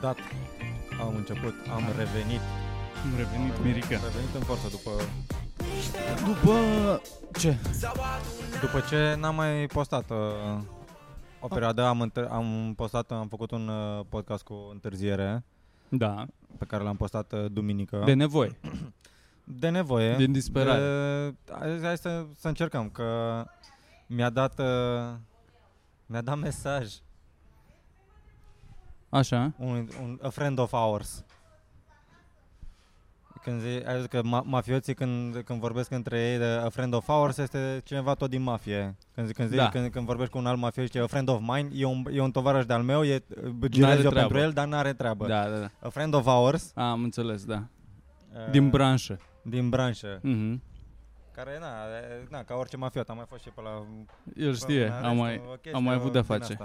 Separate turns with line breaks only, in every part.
dat, am început, am revenit.
Am revenit, Mirica.
Am revenit în forță după,
După... Ce?
după ce n-am mai postat uh,
Ah.
o perioadă, am, întâr- am postat, am făcut un uh, podcast cu întârziere
Da,
pe care l-am postat uh, duminică.
de nevoie,
de nevoie.
din disperare.
De, hai hai să, să încercăm, că mi-a dat, uh, mi-a dat mesaj Da.
Așa.
un, un a friend of ours. Când zi, ai zis că ma- mafioții când, când vorbesc între ei de a friend of ours este cineva tot din mafie. Când, zi, când, zi,
Da.
da. când, când vorbești cu un alt mafios zice a friend of mine, e un, e un tovarăș de-al meu, e girez eu
treabă.
pentru el, dar n-are treabă.
Da, da, da.
A friend of ours.
Am înțeles, da.
uh,
Din branșă.
din branșă.
Mhm.
Care, na, e, na, ca orice mafiot, am mai fost și pe la...
El știe, am mai... am mai avut de-a face.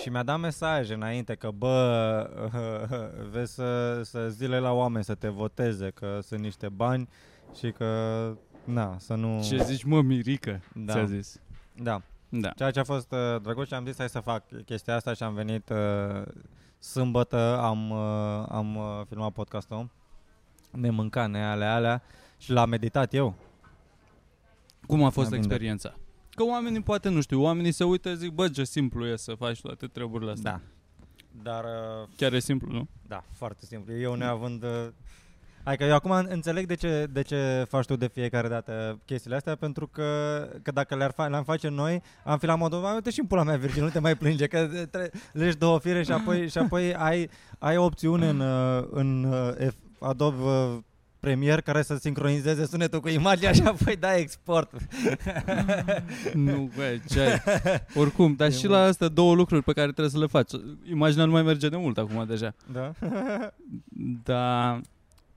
Și mi-a dat mesaje înainte că, bă, vezi să, să zile la oameni să te voteze, că sunt niște bani și că, na, să nu...
Ce zici, mă, Mirica,
Da.
ți-a zis.
Da,
Da.
ceea ce a fost uh, drăguț și am zis hai să fac chestia asta și am venit uh, sâmbătă, am, uh, am uh, filmat podcastul, ne mânca ne alea, alea și l-am meditat eu.
Cum a fost
Mai bine.
experiența? Că oamenii poate nu știu, oamenii se uită, zic, bă, ce simplu e să faci toate treburile astea.
Da. Dar uh,
Chiar e simplu, nu?
Da, foarte simplu. Eu neavând... uh, Hai că eu acum înțeleg de ce, de ce faci tu de fiecare dată chestiile astea, pentru că, că dacă le-ar fa- le-am face noi, am fi la modul, "Mai uite și în pula mea, Virgil, nu te mai plânge, că uh, tre- legi două fire și apoi, și apoi ai, ai o opțiune în, uh, în uh, F- Adobe uh, Premiere care să sincronizeze sunetul cu imaginea și apoi dai export.
Nu, bă, ce ai? Oricum, dar
E
și
mult.
la astea două lucruri pe care trebuie să le faci. Imaginea nu mai merge de mult acum deja.
Da?
Da,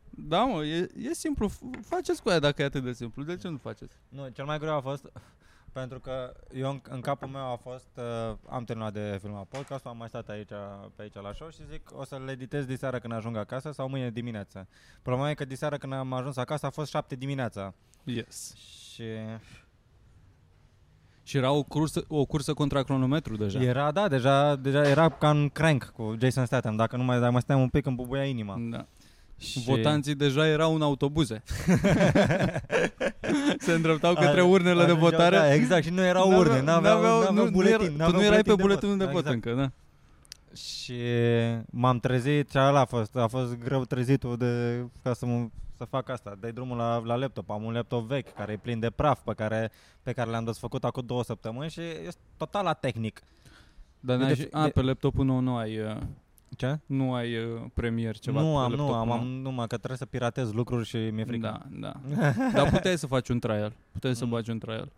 da mă, e, e simplu. F- Faceți cu aia dacă e atât de simplu. De ce nu faceți?
Nu, cel mai greu a fost pentru că eu în, în capul meu a fost uh, am terminat de filmat podcastul, am mai stat aici pe aici la show și zic o să le editez diseară când ajung acasă sau mâine dimineață. Problema e că diseară când am ajuns acasă a fost 7 dimineața.
Yes.
Și
Și era o cursă, o cursă contra cronometru deja.
era, da, deja, deja era ca în crank cu Jason Statham, dacă nu mai, dacă mai stăteam un pic îmi bubuia inima.
Da.
Și...
Votanții deja erau în autobuze. Se îndreptau către
Ar-
urnele de
ajungeau-
votare.
Da, exact, și nu erau urne, n-aveau, n-aveau,
nu,
buletin.
nu era, tu
n-aveau
nu erai pe
buletin de
buletinul de
Da,
vot
exact.
încă, da.
Și m-am trezit și ala a fost, a fost greu trezitul de, ca să, mă, să fac asta. Dai drumul la, la laptop, am un laptop vechi care e plin de praf pe care, pe care l-am desfăcut acum două săptămâni și e total la tehnic.
Dar
Eu
n-ai,
de-
și- a,
de-
pe laptopul nou nu ai, uh,
Ce?
nu ai uh, premier ceva.
nu
pe
am, nu
laptopul
am,
nou.
am numai că trebuie să piratez lucruri și mi-e frică.
Da, da. Dar puteai să faci un trial. Puteai să
Mm.
faci un trial.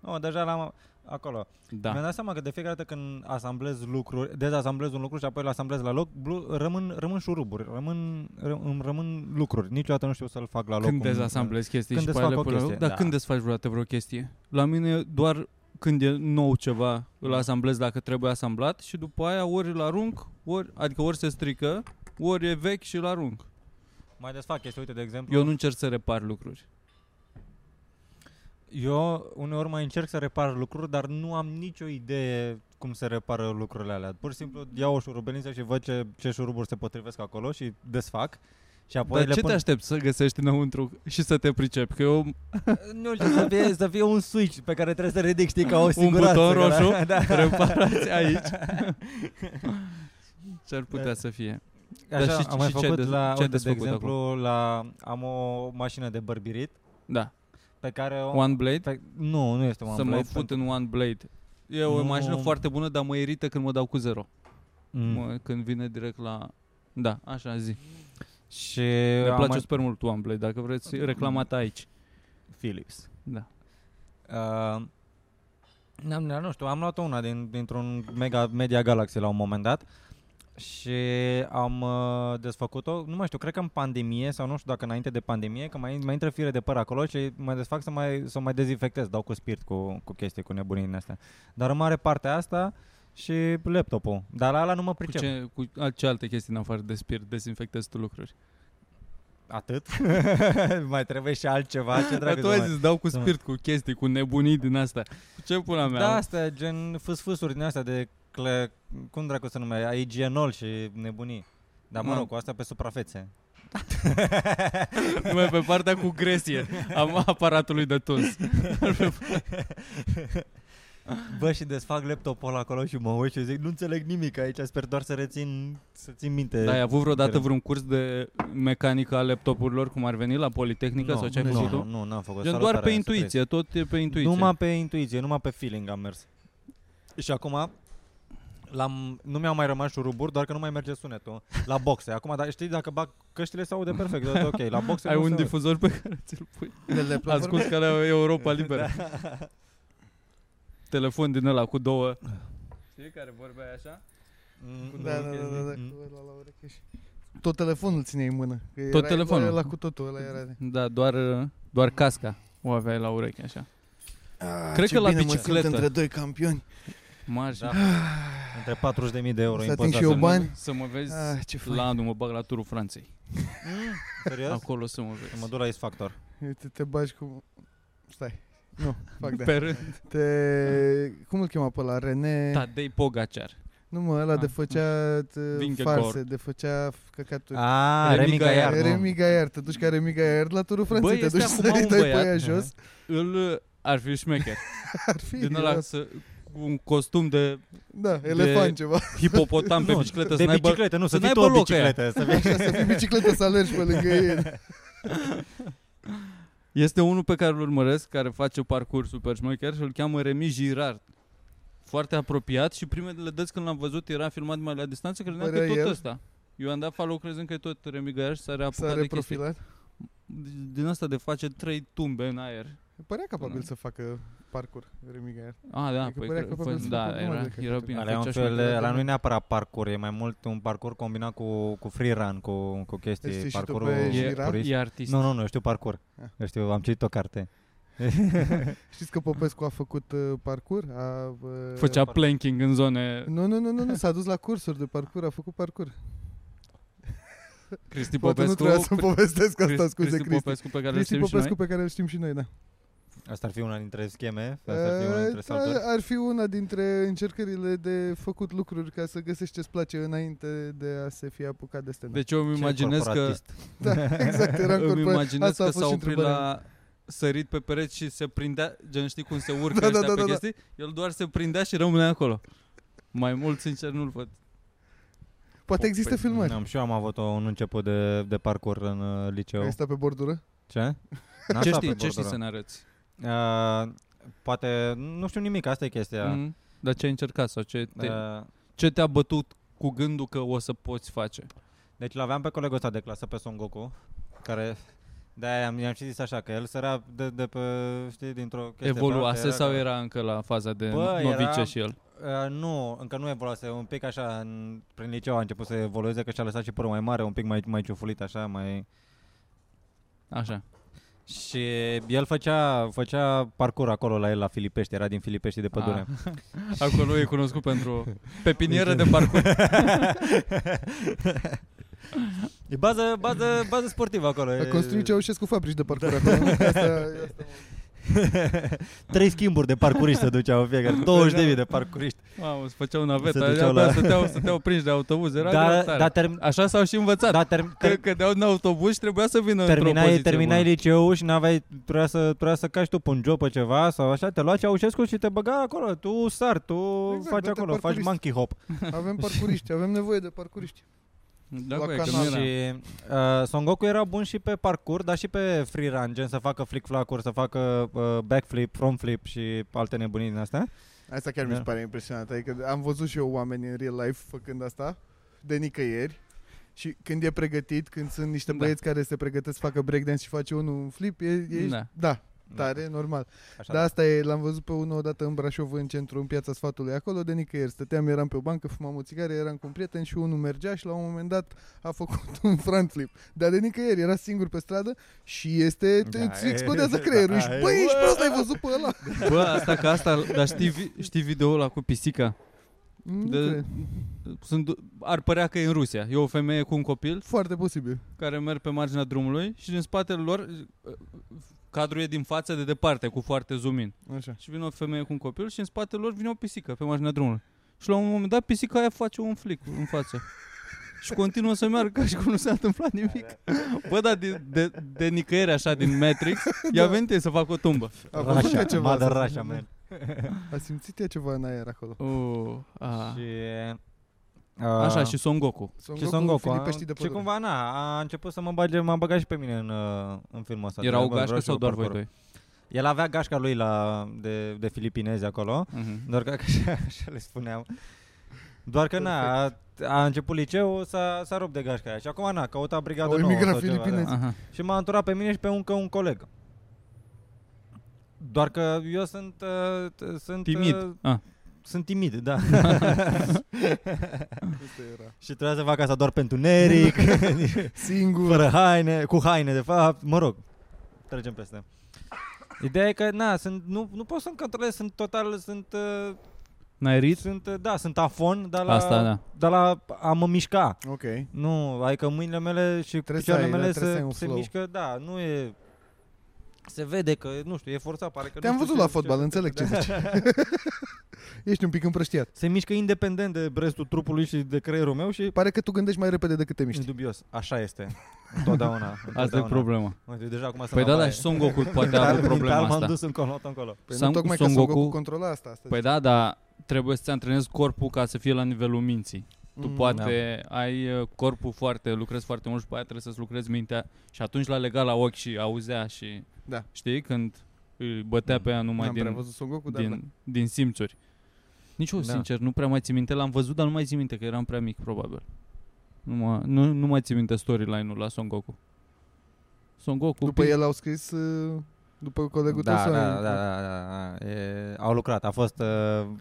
Nu, deja l-am acolo. Da. Mi-am
Da.
dat seama că de fiecare dată când asamblez lucruri, dezasamblez un lucru și apoi îl asamblez la loc, blu, rămân, rămân șuruburi, rămân, ră- îmi rămân lucruri. Niciodată nu știu să-l fac la loc.
Când
cum-
dezasamblezi chestii
când
și pe
desfac
alea
o
până la-
chestie,
Dar
da.
când desfaci vreodată vreo chestie? La mine doar când e nou ceva, îl
Da.
asamblez dacă trebuie asamblat și după aia ori îl arunc, ori, adică ori se strică, ori e vechi și îl arunc.
Mai desfac chestii, uite, de exemplu.
Eu nu încerc să repar lucruri.
Eu uneori mai încerc să repar lucruri, dar nu am nicio idee cum se repară lucrurile alea. Pur și simplu iau o șurubeniță și văd ce, ce șuruburi se potrivesc acolo și desfac. Și apoi
Dar
le
ce
pun...
te aștepți să găsești înăuntru și să te pricepi? Că eu
Nu știu, să fie, să fie un switch pe care trebuie să ridic, știi, ca o
un
singurață.
buton
că da, la-
roșu, reparați aici. Ce-ar putea
Da.
să fie? Dar
Așa,
și-
am mai
și ce
făcut
ai de-
la,
ce ai
uite, de
desfăcut
exemplu, la, am o mașină de bărbirit
Da.
pe care o...
One blade?
Pe, nu, nu este un
să mă
blade,
fut în One Blade. E o
Nu.
mașină foarte bună, dar mă irită când mă dau cu zero.
Mm.
Mă, când vine direct la... Da, așa zi.
Și
Mi
am
place
mai-
super mult One Blade, dacă vreți reclamata aici.
Philips.
Da.
Uh, n-am, n- nu știu, am luat una din, dintr-un mega Media Galaxy la un moment dat și am uh, desfăcut-o, nu mai știu, cred că în pandemie sau nu știu dacă înainte de pandemie, că mai, mai intră fire de păr acolo și mă desfac să mai, să mai dezinfectez, dau cu spirit, cu, cu chestii, cu nebunii din astea. Dar în mare parte asta și laptopul. Dar la ala nu mă
Cu
pricep.
ce, cu al- ce alte chestii în afară de spirit dezinfectezi tu lucruri?
Atât? mai trebuie și altceva? Ce
Dar
dracu
Păi tu
să
ai
mai-
zis, dau cu
să mă-
spirit, cu chestii, cu nebunii din asta. Cu ce pula mea?
Da, asta, gen Da, fâsfâsuri din astea de cle, cum dracu se numea, igenol și nebunii. Dar mă
Mă.
rog, cu asta pe suprafețe.
Numai pe partea cu gresie am aparatului de tuns.
Bă, și desfac laptopul ăla acolo și mă uit și zic, nu înțeleg nimic aici, sper doar să rețin, să țin minte.
Dar ai avut vreodată
Interes.
vreun curs de mecanică a laptopurilor, cum ar veni la Politehnică
Nu,
sau ce ai
nu,
făcut tu?
Nu, nu, n-am făcut.
Gen doar
Salutare,
pe
surprise.
intuiție, tot e pe intuiție.
Numai pe intuiție, numai pe feeling am mers. Și acum L-am, nu mi-au mai rămas șuruburi, doar că nu mai merge sunetul la boxe. Acum, dar știi, dacă bag căștile se aude perfect, dar e ok. La boxe
ai
nu
un
se aude.
difuzor pe care ți-l pui.
De le
Ascult ca la Europa Liberă. Telefon din ăla cu două. Știi care vorbea așa?
Mm,
Da, da, da, da, da.
Mm-hmm.
Mm.
cu ăla la ureche și- Tot telefonul țineai în mână. că
Tot
era-
telefonul.
Ăla cu totul, ăla era de...
Da, doar, doar casca o aveai la ureche așa. Cred
Ah, ce
că la
bine mă simt
bicicletă.
între doi campioni.
Marge.
Da. Între 40.000 de euro.
Să ating
impozat
și eu
să-
bani.
Să mă vezi
Ah, ce fain.
la anul mă bag la turul Franței.
Mm, Serios?
Acolo să mă
Mă
vezi.
duc la X Factor.
Uite, te bagi cu... Stai. Nu, fac de
Pe rând.
Te... Cum îl chema pe ăla? René?
Tadei Pogacar.
Nu mă, ăla
Ah,
de făcea t-
Vingegaard.
farse, de făcea f- căcaturi.
Ah,
Remi
Remi
Gaiar,
Gaiar. nu.
Remi Gaier, te duci ca Remi Gaier la turul Franței,
Băi,
te
este
duci
acum
să
un
dai pe
băiat.
ea jos.
Îl ar fi șmecher.
Ar fi,
Din ăla să, cu un costum de
da,
de-
elefant ceva.
hipopotam pe
Nu,
bicicletă să
De
n-aibă
bicicletă, nu, să
să
fii
n-aibă
tu o
loc aia.
bicicletă. Să fii...
Așa, să fii bicicletă să alergi pe lângă
Da,
el.
Este unul pe care îl urmăresc, care face parcurs super șmecher și îl cheamă Remi Girard. Foarte apropiat și primele dăți când l-am văzut era filmat mai la distanță, credeam că e
Părea
tot
Păi, el?
ăsta. Eu am dat follow crezând că e tot Remi Gaiar și s-a reapucat
S-a
de chestii.
reprofilat.
Din asta de face trei tumbe în aer.
Părea capabil
Da.
să facă parcur Remi Gaier.
Ah, da,
Adică
păi,
părea
cred-
că probabil
fă-
se
da,
făcea
era,
numai de
era
căcat.
bine.
Alea, e un
făcea
fel,
șmecherie.
alea nu e neapărat parcurs, e mai mult un parcurs combinat cu, cu free run, cu, cu
Știi
chestii,
și tu
parcurul
pe
E-
Girard?
turist.
E artist.
Păi, Nu, nu, nu, eu știu parcur.
Ah.
Eu știu, am citit o carte.
Știți că Popescu a făcut uh, parcur? A, uh,
Făcea planking în zone
Nu, nu, nu, nu, nu, s-a dus la cursuri de parcur, a făcut parcur.
Cristi
Poate nu
Popescu.
trebuia să povestesc
Cristi-
asta, scuze,
Cristi
Cristi.
Popescu pe care îl
Cristi
știm și noi.
Popescu pe care îl știm și noi, da.
Asta ar fi una dintre scheme, asta ar Da, fi una dintre
Eh,
da,
salturi.
ar fi una dintre încercările de făcut lucruri ca să găsești ce-ți place înainte de a se fi apucat de stand
Deci eu îmi
Ce
imaginez că
corporatist.
Da, exact, era în
îmi
corporat.
imaginez
Asta a
că
fost
s-a
și
oprit
întrebarea.
la sărit pe pereți și se prindea, gen știi cum se urcă
Da,
ăștia
da, da,
pe
da, da.
chestii, el doar se prindea și rămânea acolo. Mai mult, sincer, nu-l văd.
Poate există
Păi,
filmări.
Am și eu am avut o- un început de, de parcur în uh, liceu.
Ai stat pe bordură?
Ce? N-am
ce
stat
știi,
pe
ce știi
bordură.
să ne arăți?
Uh, poate, nu știu nimic, asta e chestia.
Mhm. Dar ce ai încercat sau ce, te,
Uh,
ce te-a bătut cu gândul că o să poți face?
deci l-aveam pe colegul ăsta de clasă, pe Son Goku, care... De-aia i-am, i-am și zis așa, că el sărea de, de pe, știi, dintr-o chestie... pe alta,
Evoluase sau
că-
era încă la faza de
Bă,
novice
era-
și el?
Uh, nu, încă nu evoluase, un pic așa, în, prin liceu a început să evolueze, că și-a lăsat și părul mai mare, un pic mai, mai ciufulit așa, mai...
Așa.
Și el făcea, făcea parcur acolo la el, la Filipești, era din Filipești de pădure.
Ah.
Acolo e cunoscut pentru pepinieră de parcurs.
E bază, bază, bază sportivă acolo.
A
e-
construit Ceaușescu fabrici de parcur
Da.
acolo. Asta, asta
Trei schimburi de parcuriști se duceau fiecare, 20.000 de parcuriști.
Mamă, îți făceau naveta,
Se
abia
duceau
la...
la- Da,
stăteau, stăteau prinși de autobuz, era
Dar,
grozav.
dar, term-
Așa s-au și învățat.
dar term-
Că
ter-
cădeau în autobuz și trebuia să vină într-o
terminai,
poziție
terminai
bună.
liceul și n-aveai, trebuia să, trebuia să cași tu pe un job pe ceva sau așa, te lua Ceaușescu și te băga acolo, tu sar, tu
Exact,
faci
bă, te
acolo, faci
parcurist.
monkey hop.
avem parcuriști, avem nevoie de parcuriști.
Da,
la
cu ea, că nu
canal.
era.
Și uh, Son Goku era bun și pe parcurs, dar și pe free run, gen să facă flick-flack-uri, să facă uh, backflip, front flip și alte nebunii din astea.
Asta chiar mi se
Da.
pare impresionant. Adică am văzut și eu oameni în real life făcând asta, de nicăieri. Și când e pregătit, când sunt niște
Da.
băieți care se pregătesc să facă breakdance și face unul un flip, e, e
Da.
da. da, tare, Da, normal.
Așa
Dar asta e, l-am văzut pe unul odată în Brașov, în centru, în piața sfatului, acolo, de nicăieri. Stăteam, eram pe o bancă, fumam o țigară, eram cu un prieten și unul mergea și la un moment dat a făcut un front flip. Dar de nicăieri, era singur pe stradă și este,
Da,
îți
e-
explodează creierul.
da,
și,
e-
băi, ești prost, ai văzut pe ăla?
Bă, asta ca asta, dar știi, vi- știi videoul ăla cu pisica?
Nu
De,
Da.
cred.
sunt, ar părea că e în Rusia. E o femeie cu un copil
Foarte posibil.
care merg pe marginea drumului și din spatele lor uh, cadrul e din față de departe, cu foarte zoom in.
Așa.
Și vine o femeie cu un copil și în spatele lor vine o pisică pe marginea drumului. Și la un moment dat pisica aia face un flic în față. Și continuă să meargă ca și cum nu s-a întâmplat nimic. Bă, dar de, de, de nicăieri așa din Matrix, ia
Da.
venit ei să facă o tumbă.
A făcut ea
Rașa,
ceva.
mother
asta.
Rașa, man.
A simțit ea ceva în aer acolo.
Uh, a.
Și... uh,
Așa, și Son Goku.
Son
și Son Goku.
Filipe
a-
știi de
și
pădure.
cumva, na, a început să mă bage, m-a băgat și pe mine în, uh, în filmul ăsta.
Era o
Dragon
gașcă
Rush,
sau doar voi
parkour.
doi?
El avea gașca lui la, de, de filipinezi acolo,
Mhm.
doar că așa, așa le spuneam. Doar că, na, a, a început liceul, s-a, s-a rupt de gașca aia. Și acum, na, căuta brigadă
Au
nouă.
emigrat
sau ceva,
filipinezi.
da.
Aha.
Și m-a înturat pe mine și pe încă un coleg. Doar că eu sunt... Uh, t- sunt Uh,
Timid. Ah.
sunt timid, da.
Asta era.
și trebuia să fac asta doar pentru Neric.
Singur.
Fără haine, cu haine de fapt, mă rog, trecem peste. Ideea e că, na, sunt, nu, nu pot să-mi controlez, sunt total, sunt, uh,
N-ai rit?
sunt, uh, da, sunt afon, dar la,
Asta, da.
dar la a mă mișca.
Ok.
Nu, adică mâinile mele și
Trebuie să
picioarele
ai, da,
mele
trebuie să ai
se,
un
se
flow.
mișcă, da, nu e... Se vede că, nu știu, e forțat, pare că
Te-am
nu știu
văzut
ce-
la fotbal,
ce-
înțeleg ce
da.
zici. Ești un pic împrăștiat.
Se mișcă independent de restul trupului și de creierul meu și
Pare că tu gândești mai repede decât te
e
miști.
dubios. Așa este. Întotdeauna.
Asta e
întotdeauna.
problema.
Uite, deja acum sunt
Păi
la
da,
baie.
dar și Son Goku poate a avut
Mental-
problema
mental
asta.
m-am dus încolo, tot încolo.
Păi
Son-
nu tocmai că
Son
Son Goku
Goku-
controla asta. asta
Păi
zic.
da, dar trebuie să-ți antrenezi corpul ca să fie la nivelul minții. Tu
Mm.
poate ai uh, corpul foarte, lucrezi foarte mult și pe aia trebuie să-ți lucrezi mintea și atunci l-a legat la ochi și auzea și
Da. Mm.
știi când îi bătea pe ea numai
N-am prea
din,
văzut Son Goku, dar da.
din, din simțuri. Nici eu,
Da.
sincer, nu prea mai țin minte. L-am văzut, dar nu mai țin minte, că eram prea mic, probabil. Nu, mă, nu, nu mai țin minte storyline-ul la Son Goku. Son Goku...
După
pi-
el au scris uh, după colegul
da,
tău
da,
sau-
da, da, da, da, da. E, au lucrat, a fost,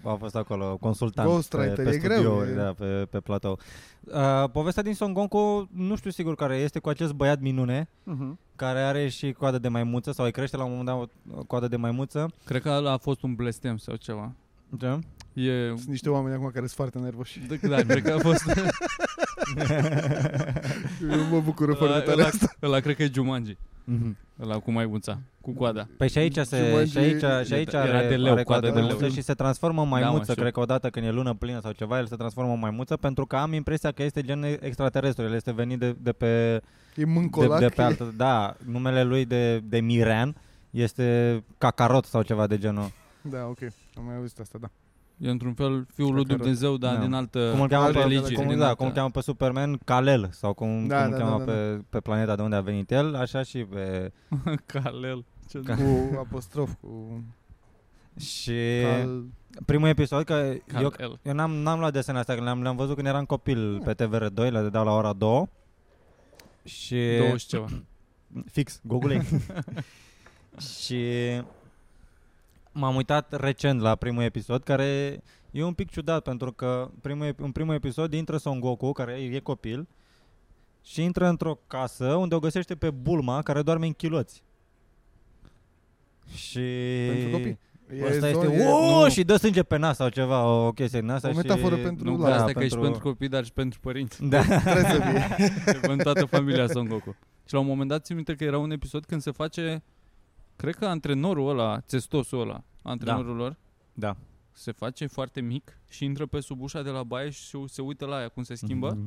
uh, a fost acolo consultant
Ghostwriter,
pe, pe
e greu,
studio,
e-
Da, pe, pe platou. Uh, povestea din Son Goku, nu știu sigur care este, cu acest băiat minune,
Mhm.
care are și coadă de maimuță, sau îi crește la un moment dat o- o coadă de maimuță.
Cred că ăla a fost un blestem sau ceva.
Da?
E...
Sunt niște oameni acum care sunt foarte nervoși.
Da, Da, cred că a fost...
Eu mă bucură
Da,
Ăla-
foarte tare.
ăla- Ăla cred că e Jumanji.
Mhm.
Ăla cu maimuța, cu coada.
Păi și aici, se,
Jumanji-
și aici, și aici
Era
are,
de leu,
are
coadă
coadă
de
de maimuță
leu.
și se transformă în
mă,
maimuță,
știu.
cred că odată când e lună plină sau ceva, el se transformă în maimuță, pentru că am impresia că este gen extraterestru, el este venit de, de pe
E
de,
mâncolac.
de pe
e-
altă, da, numele lui de, de Mirean este Cacarot sau ceva de genul.
Da, ok. Am mai auzit asta, da.
E într-un fel fiul lui
Cred că rău.
Dumnezeu, dar
Da.
din altă
Cum îl cheamă pe,
religie.
cum,
din
da,
altă-
cum îl cheamă pe Superman, Kalel sau cum,
Da,
cum
da,
îl cheamă
da, da,
pe, pe planeta de unde a venit el, așa și pe...
Kalel. Ce
Ca-
Cu apostrof, cu...
Și
Al...
primul episod, că eu,
Kalel.
eu n-am, n-am luat desene astea, că le-am, le-am văzut când eram
Ah.
copil pe TVR2, le dădeau la ora 2. Și
20 ceva.
Fix, Gogule. și m-am uitat recent la primul episod, care e un pic ciudat, pentru că primul, ep- în primul episod intră Son Goku, care e copil, și intră într-o casă unde o găsește pe Bulma, care doarme în chiloți. Și...
Pentru copii. E
Asta
zon-
este,
e-
o,
nu.
și dă sânge pe nas sau ceva, o chestie din asta
O
și...
metaforă pentru-
Nu,
Nu,
dar
da,
asta e că e și pentru copii, dar și pentru părinți.
Da.
Trebuie să fie.
E pentru toată familia Son Goku. Și la un moment dat țin minte că era un episod când se face, cred că antrenorul ăla, testosul ăla, antrenorul lor,
da.
se face foarte mic și intră pe sub ușa de la baie și se- se uită la ea cum se schimbă.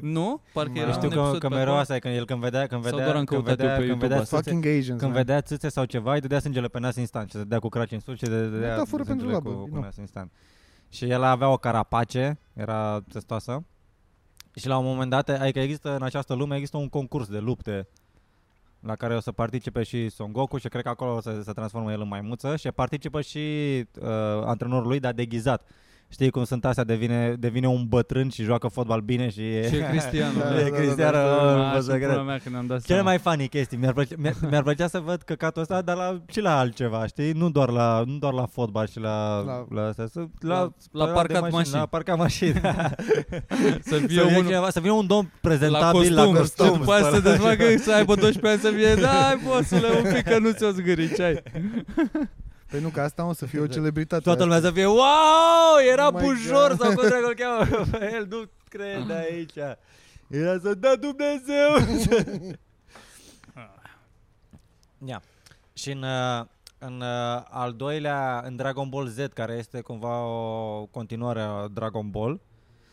Nu? Parcă
Mai
era
Știu
un
că,
episod
că
pe
mereu
acolo.
asta e când el când vedea, când
Sau
vedea,
doar am
când
căutat eu
vedea,
pe
când
YouTube
vedea
asta.
sâțe-
Fucking Asians.
Când
man.
vedea țâțe sau ceva, îi dădea sângele pe nas instant și se dea cu craci în sus și de- de- dădea
Metaforă
sângele
pentru labă,
cu,
nu.
cu nas instant. Și el avea o carapace, era testoasă. Și la un moment dat, adică există în această lume, există un concurs de lupte la care o să participe și Son Goku și cred că acolo o să se transformă el în maimuță și participă și uh, antrenorul lui, dar deghizat. Știi cum sunt astea, devine, devine un bătrân și joacă fotbal bine și e...
Și e Cristiano.
Da,
da.
da,
e
da,
Cristiano,
da, da,
oh,
Așa,
vă să cred.
pula mea, când am dat
Cele
seama.
mai funny chestii. Mi-ar plăcea, mi-ar, mi-ar plăcea să văd căcatul ăsta, dar la, și la altceva, știi? Nu doar la, nu doar la fotbal și la...
La-
La, la, astea, să,
la-
la,
la
de
parcat mașini.
La parcat mașini, da.
Să
să,
fie
vină
unul
cineva, să vină un domn
la
prezentabil
costum,
la costum.
și după aia să se
spălat.
dezfacă să aibă 12 ani să fie, da, ai bosule, un pic că nu ți-o zgâriceai.
Păi nu, că asta o să fie o celebritate.
Toată lumea să fie, wow, era
Oh my
bujor
God. Ah.
sau cum dracu îl cheamă pe el, nu cred de aici. Era să dea
Ah.
Dumnezeu. Ia. Și în, uh, În uh, al doilea, în Dragon Ball Z, care este cumva o continuare a Dragon Ball,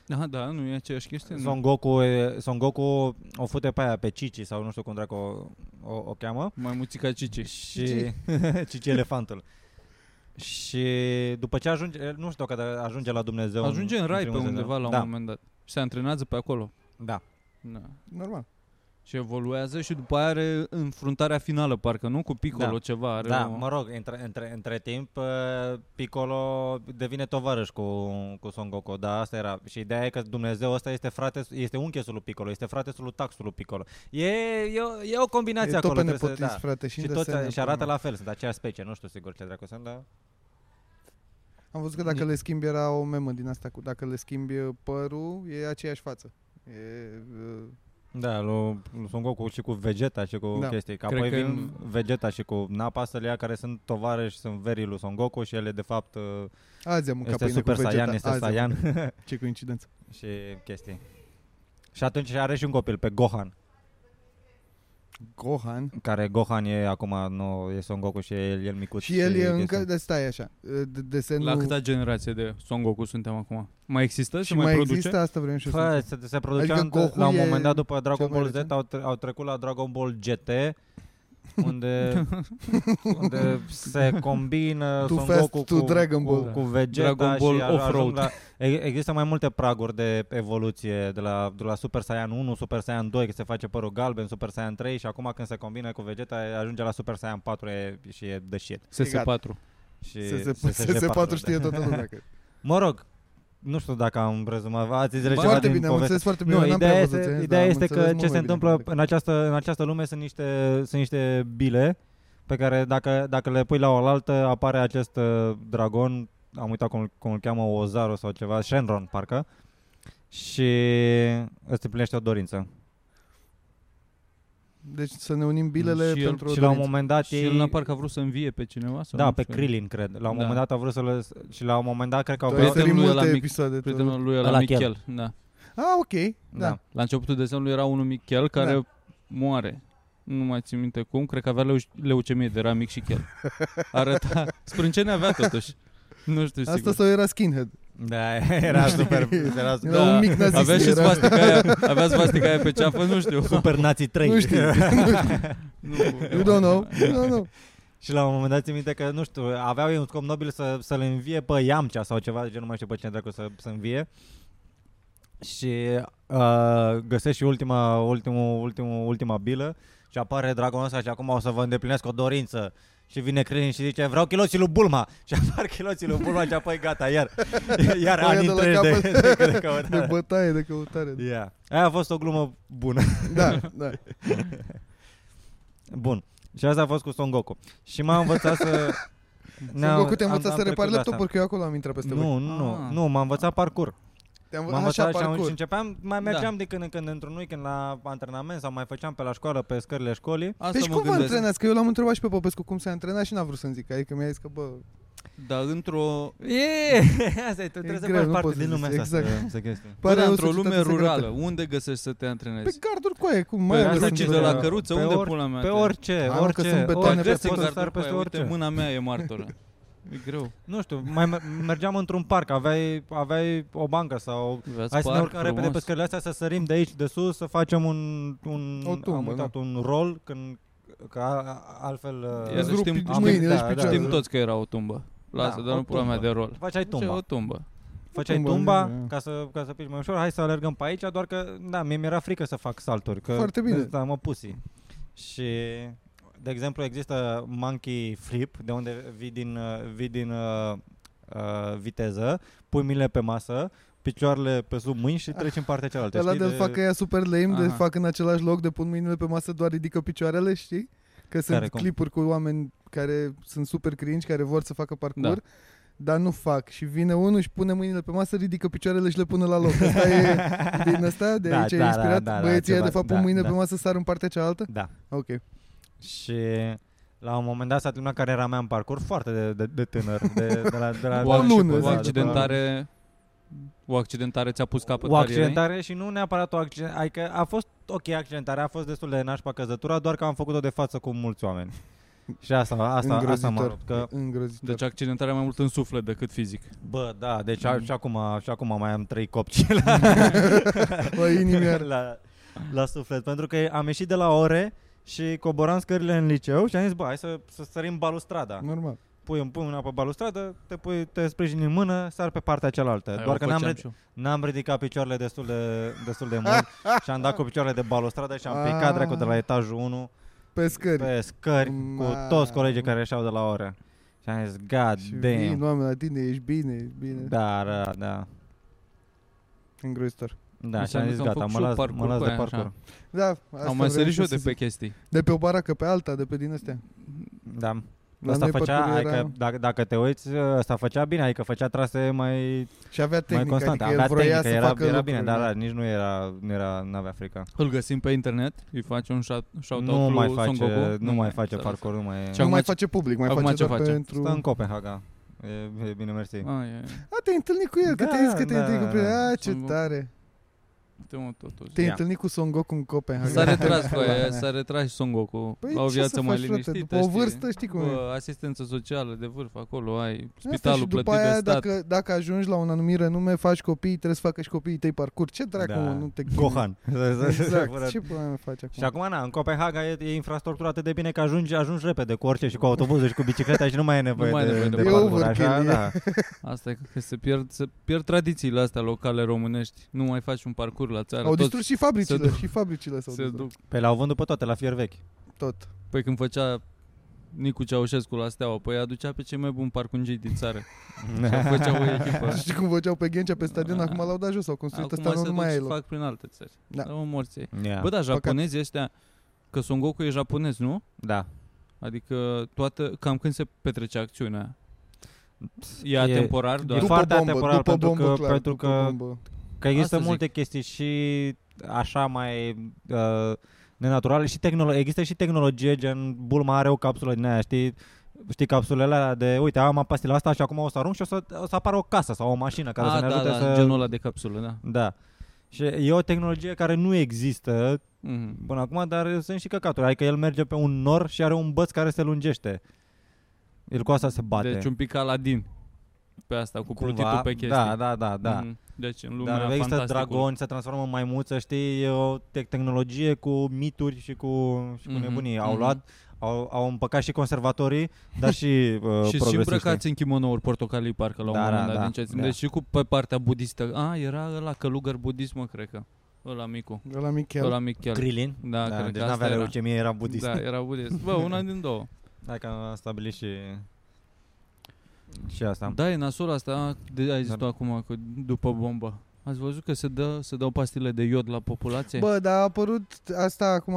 Aha, da, nu e aceeași chestie? nu?
Son Goku, e- Son Goku o fute pe aia pe Cici sau nu știu cum dracu o, o, o cheamă.
Mai muțica Cici.
Și Cici elefantul. Și după ce ajunge, eh, nu știu dacă ajunge la Dumnezeu.
Ajunge în rai pe
primul Dumnezeu.
undeva la un
da,
moment dat. Și se antrenează pe acolo.
Da.
Da.
Normal.
Și evoluează și după aia are înfruntarea finală, parcă, nu? Cu Piccolo
Da.
ceva. Are
Da,
o...
mă rog, între, între, între timp uh, Piccolo devine tovarăș cu, cu Son Goku, da, asta era. Și ideea e că Dumnezeu ăsta este frate, este unchesul lui Piccolo, este fratesul lui Taxul lui Piccolo. E, e, o- e o combinație
e tot
acolo.
pe
trebuie
nepotism,
să, da.
frate. Și,
Și,
îmi dă
toți
seama,
și arată
până
la fel, sunt aceeași specie, nu știu sigur ce dracu sunt, dar...
la- Am văzut că dacă
Nici-
le schimbi era o memă din asta cu dacă le schimbi uh, părul, e aceeași față. E, uh,
Da, lui, lui Son Goku și cu Vegeta și cu
Da.
da. chestii. Că
Cred
apoi
că-
vin Vegeta și cu Napa să le ia, care sunt tovarăși, sunt verii lui Son Goku și ele de fapt uh,
azi am mâncat
este
pâine
Super
cu vegeta.
Saiyan, este
azi am-
Saiyan
Ce coincidență.
și chestii. Și atunci are și un copil pe Gohan,
Gohan.
care Gohan e acum, nu, e Son Goku și e el, el micuț.
Și el e încă,
chestii.
de stai așa, uh, de- desenul...
La câta generație de Son Goku suntem acum? Mai există?
și
se mai,
mai
produce?
există asta vrem și eu să
Fă,
înțeleg.
se, se producea
Adică
adică
Goku
la un
e
moment dat după Dragon
cel mai
Ball Z
recent?
au, tre- au trecut la Dragon Ball GT unde, unde se combină
Too
Son
fast
Goku
to
cu,
Dragon
cu,
Ball.
cu Vegeta
Dragon
și
Ball
a- ajung
Off-Road.
La, e- există mai multe praguri de evoluție de la, de la Super Saiyan 1, Super Saiyan 2 că se face părul galben, Super Saiyan 3 și acum când se combină cu Vegeta ajunge la Super Saiyan 4 e, și e the shit.
E gata.
SS4.
Și
Se se patru știe toată lumea. că-
Mă rog, nu știu dacă am rezumat, ați înțeles ceva
Foarte
din
bine, am
Deci poveste.
înțeles foarte bine.
Nu,
n-am prea
ideea
văzut,
este,
țineți,
ideea
dar am
este
înțeles
că
mult
ce se
mai bine
întâmplă
decât-
în această, în această lume sunt niște, sunt niște bile pe care dacă, dacă le pui la oaltă apare acest uh, dragon, am uitat cum, cum îl cheamă, Ozaru sau ceva, Shenron parcă, și îți împlinește o dorință.
Deci să ne unim bilele
Și el-
pentru o
și la un
dorință.
moment dat
Și
ei-
el n-a parcă a vrut să învie pe cineva? Sau
da,
nu
pe
știu.
Krillin, cred. La un
Da.
moment dat a vrut să-l... Și la un moment dat cred că au
Au
vrut...
Prietenul
sărit
lui ăla
multe
mic,
episoade. tot.
Prietenul lui ăla
Ăla
Michel. Da.
Ah, ok.
Da.
Da.
La începutul desenului era unul Michel care
Da.
moare. Nu mai țin minte cum, cred că avea leu- leucemie, de era mic și chel. Arăta, sprâncene avea totuși. Nu știu
Asta
sigur. Da.
sau era skinhead?
Da, era super... Era super,
Era un mic nazist.
avea și
era-
svastica aia, avea svastica aia pe ceafă, nu știu.
super nații 3.
Nu știu.
Nu,
You don't know.
Da.
You don't know.
Și la un moment dat țin minte că, nu știu, aveau ei un scop nobil să, să-l învie pe Iamcea sau ceva, de genul, nu mai știu pe cine dracu să, să învie. Și uh, găsești și ultima, ultimul, ultimul, ultima bilă și apare dragonul ăsta și acum o să vă îndeplinesc o dorință. Și vine Krillin și zice, vreau chiloții lui Bulma. Și apar chiloții lui Bulma și apoi gata, iar, iar
O ia
ani
de la
întregi de,
capăt.
de, de, căutare.
De bătaie, de căutare.
Yeah. Aia a fost o glumă bună.
Da, da.
Bun. Și asta a fost cu Son Goku. Și m-a învățat să...
Sunt
Ne-am-
Goku te-a
am- am
învățat să repari
trecut de asta.
laptopul, că eu acolo am intrat peste voi.
Nu, nu,
Ah.
nu, m-am învățat parcurs.
Te-am
M-am
învățat
învățat
așa
și, am, și
parcurs.
începeam, mai
Da.
mergeam de când în când într-un weekend la antrenament sau mai făceam pe la școală, pe scările școlii.
Asta
Deci
mă
cum vă
gândesc.
antrenați? Că eu l-am întrebat și pe Popescu cum se antrena și n-a vrut să-mi zic. Adică mi-a zis că, bă,
Dar Da, într-o...
E, asta e, tu trebuie să
greu,
faci
nu
parte
poți
din
să
lumea
zici,
asta.
exact.
Să, să chestii.
Bă,
o
dar într-o
societate
lume
secretă. Păi,
rurală, unde găsești să te
Pe
antrenezi?
garduri cu aia, cum mai
Pe
ales
garduri
ruci
sunt
de
de
la
la-
căruță,
pe
unde
ori-
pula mea?
Pe
te-
orice,
Mamă, că
orice,
sunt
orice,
betoane
Poate
pe
găsești
poți să sar
garduri pe
peste
aia, uite,
orice.
Mâna mea e martoră. E greu.
Nu știu, mai mer- mergeam într-un parc, aveai, aveai o bancă sau... Hai să ne urcăm repede pe scările astea, să sărim de aici, de sus, să facem un, un,
O tumbă,
am uitat, un rol, când, că a- altfel... uh,
Ia să
Îți rupi
știm-
am-
mâinile
da,
și
da,
picioarele.
Știm toți că era o tumbă. Lasă,
Da,
dar
o
nu pula mea de
tumbă.
rol.
Faceai
Ce, o
tumba.
tumbă.
Făceai
Tumba,
tumba,
da, da.
ca să, ca să pici mai ușor, hai să alergăm pe aici, doar că, da, mie mi-era frică să fac salturi, că
Foarte bine.
Da, mă pusi. Și, de exemplu, există monkey flip, de unde vii din, uh, vii din uh, uh, viteză, pui mâinile pe masă, picioarele pe sub mâini și treci în partea cealaltă.
Ăla
știi?
de fac că ea super lame, de
Aha.
fac în același loc, de pun mâinile pe masă, doar ridică picioarele, știi? Că sunt
Care cum?
clipuri cu oameni care sunt super cringe, care vor să facă parcurs,
Da.
dar nu fac. Și vine unul și pune mâinile pe masă, ridică picioarele și le pune la loc. Asta e din asta, de
Da,
aici e
da, da,
inspirat.
da, da,
Băieții ăia,
ceva,
de fapt
da,
pun mâinile
da.
pe masă, sar în partea cealaltă.
Da.
Ok.
Și la un moment dat s-a terminat cariera mea în parcurs foarte de, de, de tânăr, de, de la, de la,
O,
de la
lună,
început,
zic,
da,
o
de la-
accidentare... O accidentare ți-a pus capăt
o
carierei?
accidentare și nu neapărat o accidentare, adică a fost ok accidentarea, a fost destul de nașpa căzătura, doar că am făcut-o de față cu mulți oameni. Și asta, asta, asta mă
îngrozitor.
rupt, că
Îngrozitor.
Deci accidentarea mai mult în suflet decât fizic.
Bă, da, deci
Mm-hmm.
mm. și, acum, și acum mai am trei copci la,
La inimii ar-
la, la suflet, pentru că am ieșit de la ore și coboram scările în liceu și am zis, bă, hai să, să sărim balustrada.
Normal.
Pui, îmi pui mâna pe balustradă, te, pui, te sprijini în mână, sar pe partea cealaltă.
Aia
Doar
o
că n-am,
făceam
rid-
și eu.
n-am ridicat picioarele destul de, destul de mult și am dat cu picioarele de balustradă și am picat
Ah.
dracu de la etajul 1
Pe scări.
pe scări cu
Ma.
toți colegii care ieșeau de la ore. Și am zis, god
Și
damn.
vin oameni la tine, ești bine, ești bine.
Da, da, da.
Îngrozitor.
Da, și
Înseamnă
am zis
că am
gata,
făcut
mă
și
las,
eu
mă
parcurs
las
cu
de
aia, așa.
parcur.
Da, asta
Am mai
vreau
sărit
și
și eu
eu
de
să
pe
zic.
chestii.
De pe o baracă pe alta, de pe din astea.
Da.
La
Asta
noi
făcea,
parcurul
adică
era-
dacă, dacă te uiți, asta făcea bine, adică făcea trase mai,
Și avea
mai
tehnică,
constante.
adică
Avea
el vroia
tehnică,
să
era,
facă
era bine,
lucrurile.
dar da, nici nu era, nu era, n-avea frică.
Îl găsim pe internet, îi face un shout- shout-out
Nu
lui
mai
Son
face,
Goku.
nu mai face
înțeles.
parcur, nu mai...
Și
Nu
acum
mai
ce-
face public, mai
acum
face
ce
doar
face?
pentru...
Stă în Copenhaga. E, e bine, mersi.
Ah, e,
A, te-ai întâlnit cu el, că
Da,
te-ai zis că te-ai
da,
întâlnit cu el.
da.
A, ce
Son Goku.
tare.
uite mă, totuși.
Te-ai
Ia.
întâlnit cu Son Goku în Copenhaga.
S-a retras cu aia, s-a retras Son Goku
Păi
la o
ce
viață
să
mai
faci, frate?
liniștită.
După o
știi?
vârstă, știi cum e.
Bă, asistență socială de vârf acolo, ai
Asta și
spitalul
după
plătit
aia,
de stat.
Dacă, dacă ajungi la un anumit renume, faci copii, trebuie să facă și copiii tăi parcurs. Ce dracu,
Da.
mă, nu te chinui?
Gohan.
Exact. Ce până faci acum?
Și acum, na, în Copenhaga e, e infrastructura atât de bine că ajungi, ajungi repede cu orice și cu autobuzul și cu bicicleta și nu mai e nevoie,
Nu mai e
de,
nevoie de
de,
parcurs.
parcur, așa,
Overkill, e.
da.
Asta e că- că se pierd, se pierd tradițiile astea locale românești. Nu mai faci un parcurs la țară.
Au
Toți
distrus și fabricile,
duc.
și fabricile s-au
se
distrus.
duc.
Pe la au vândut pe toate, la fier vechi.
Tot.
Păi când făcea Nicu Ceaușescu la Steaua, păi aducea pe cei mai buni parcungii din țară. Și făcea o echipă.
Da.
Știi cum făceau pe Ghencea pe stadion,
Da.
acum l-au dat jos, au construit
Acum
ăsta,
se
nu
duc
mai ai
și
loc.
fac prin alte țări.
Da.
Da. morții.
Yeah.
Bă, da, japonezii ăștia, că Son Goku e japonez, nu?
Da.
Adică toată, cam când se petrece acțiunea. E atemporar doar.
E
După
foarte
bombă,
atemporal,
după
pentru
bombă,
că-
clar,
pentru
după
că-
bombă.
Că există
Asta zic.
multe chestii și așa mai uh, nenaturale și tehnolo- există și tehnologie gen Bulma are o capsulă din aia, știi? Știi capsulele alea de, uite, am pastila asta și acum o să arunc și o să, o să apară o casă sau o mașină care
A,
să ne
da,
ajute
da,
să...
genul ăla de capsulă, da.
Da. Și e o tehnologie care nu există
Mhm.
până acum, dar sunt și căcaturi. Adică el merge pe un nor și are un băț care se lungește. El cu asta se bate.
Deci un pic Aladin pe asta, cu
Cumva,
plutitul pe chestii.
Da, da, da, da.
Mhm. Deci în lumea
Dar există
fantasticului.
dragoni, se transformă în maimuță, știi, e o te- tehnologie cu mituri și cu, și cu
Mhm,
nebunii. Au
mhm.
luat, au, au împăcat și conservatorii, dar și uh,
Și și
progresiștii.
îmbrăcați în kimonouri portocalii parcă la un
Da,
moment
da,
dat
da,
din ce ați-
da.
Deci și cu pe partea budistă. A, era ăla călugăr budist, mă, cred că. Ăla micu.
Ăla Michel.
Ăla mic chiar.
Krilin?
Da,
Da,
cred
deci
că asta
n-avea
era.
leucemie, era budist.
Da, era budist. Bă, una din două.
Hai că am stabilit și... Și asta.
Da, e nasol asta, de, ai zis
Dar-
Da.
tu acum, că după bombă. Ați văzut că se, dă, se dau pastile de iod la populație?
Bă, dar a apărut asta acum...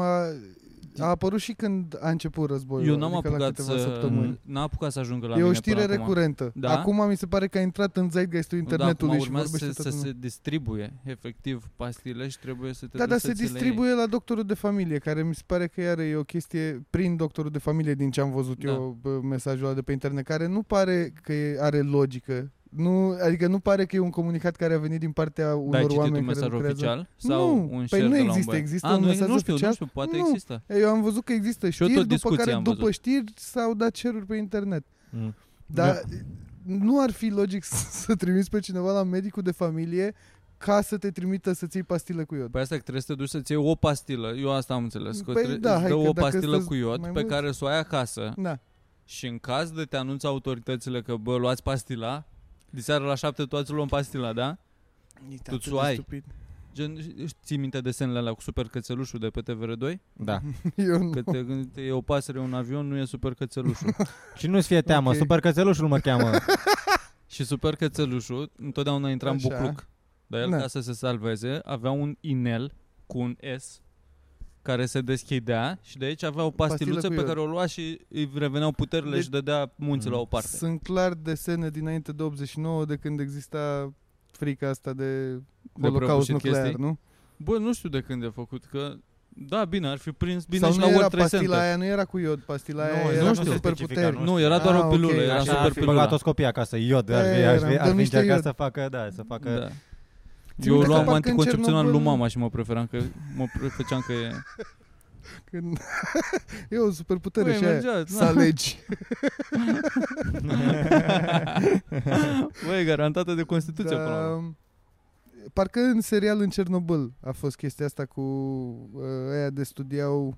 A apărut și când a început războiul.
Eu n-am
adică la
apucat
câteva
să...
săptămâni.
N-am apucat să ajungă la
e
mine
o știre
până acum.
recurentă.
Da?
Acum mi se pare că a intrat în zeitgeistul internetului
da,
și
acum urmează
vorbește
să,
toată
să
lumea.
se distribuie, efectiv, pastile și trebuie să te
Da,
duci
dar
să
se
ți le iei.
distribuie la doctorul de familie, care mi se pare că iară e o chestie prin doctorul de familie din ce am văzut
Da.
eu bă, mesajul ăla de pe internet, care nu pare că e- are logică. Nu, adică nu pare că e un comunicat care a venit din partea
Dar ai
unor
citit un
oameni
mesaj
care lucrează.
oficial? Sau
Nu,
un
păi
share
nu
de la un
există,
băiat?
există
A,
un
nu,
mesaj
nu știu,
oficial?
nu știu, poate
Nu.
există.
Eu am văzut că există
Și eu
știri,
tot
după
discuții
care
am
după
văzut.
știri s-au dat ceruri pe internet.
Mm.
Dar
Da.
nu ar fi logic să, să trimiți pe cineva la medicul de familie ca să te trimită să-ți iei pastile cu iod.
Păi asta că trebuie să te duci să-ți iei o pastilă. Eu asta am înțeles. Că
Păi
tre-
da,
îți
hai
dă
că
o
dacă
pastilă
sunt
cu iod
mai
pe
mulți-
care să o ai acasă
Da.
și în caz de te anunță autoritățile că, bă, luați pastila, diseară la șapte toți luăm pastila, da? Tu ți-o ai. Gen, ții minte desenele alea cu super cățelușul de pe TVR2?
Da.
Eu nu.
Că te, gândi- e o pasăre, un avion, nu e super cățelușul.
Și nu-ți fie teamă,
Ok.
super cățelușul mă cheamă.
și super cățelușul întotdeauna intra în
Așa.
bucluc. Dar el,
Da.
ca să se salveze, avea un inel cu un S care se deschidea și de aici avea o pastiluță
Pastilă cu
pe
iod.
care o lua și îi reveneau puterile
Deci-
și dădea munții
Mm.
la o parte.
Sunt clar desene dinainte de 89 de când exista frica asta de holocaust
prăbușit
nuclear,
chestii?
nu?
Bă, nu știu de când e făcut, că da, bine, ar fi prins bine
Sau
și
nu
la
era
World Trade
pastila
Center.
aia, nu era cu iod, pastila
Nu,
aia
nu
era cu
știu.
superputeri.
specifica,
Nu, era doar
Ah,
o pilulă,
ok,
era
așa
Așa ar
super
fi
pilulă.
băgat toți copiii acasă, iod, ar fi,
Da,
ar fi,
eram,
ar
dăm
fi
niște
încercat
iod.
să facă, da, să facă...
Da.
Țin
Eu
minte că
luam
parcă în
anticoncepțional
Cernobâl-
lui mama și mă preferam că mă pre- făceam că e
Când... e o superputere
Băi,
și aia,
mergea,
să
da.
alegi.
Băi, e garantată de Constituție
Da.
până la urmă.
Parcă în serial în Cernobâl a fost chestia asta cu uh, aia de studiau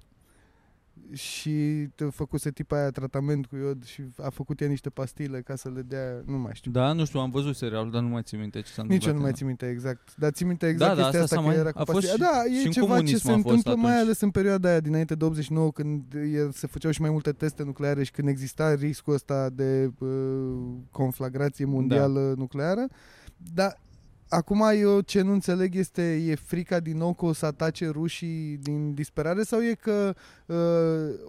și te făcuse tipa aia tratament cu iod și a făcut ea niște pastile ca să le dea, nu mai știu.
Da, nu știu, am văzut serialul, dar nu mai țin minte ce s-a
Nici eu
întâmplat.
nu mai
în-
țin minte exact. Dar țin minte exact
Da, da,
chestia
asta
asta,
s-a
că
mai-
era cu
a fost
pastile.
și-
Da, e
și în
ceva ce
comunism
se
a fost
întâmplă mai
atunci.
ales în perioada aia dinainte de 89 când e- se făceau și mai multe teste nucleare și când exista riscul ăsta de uh,
Da.
conflagrație mondială nucleară. Dar acum eu ce nu înțeleg este e frica din nou că o să atace rușii din disperare sau e că uh,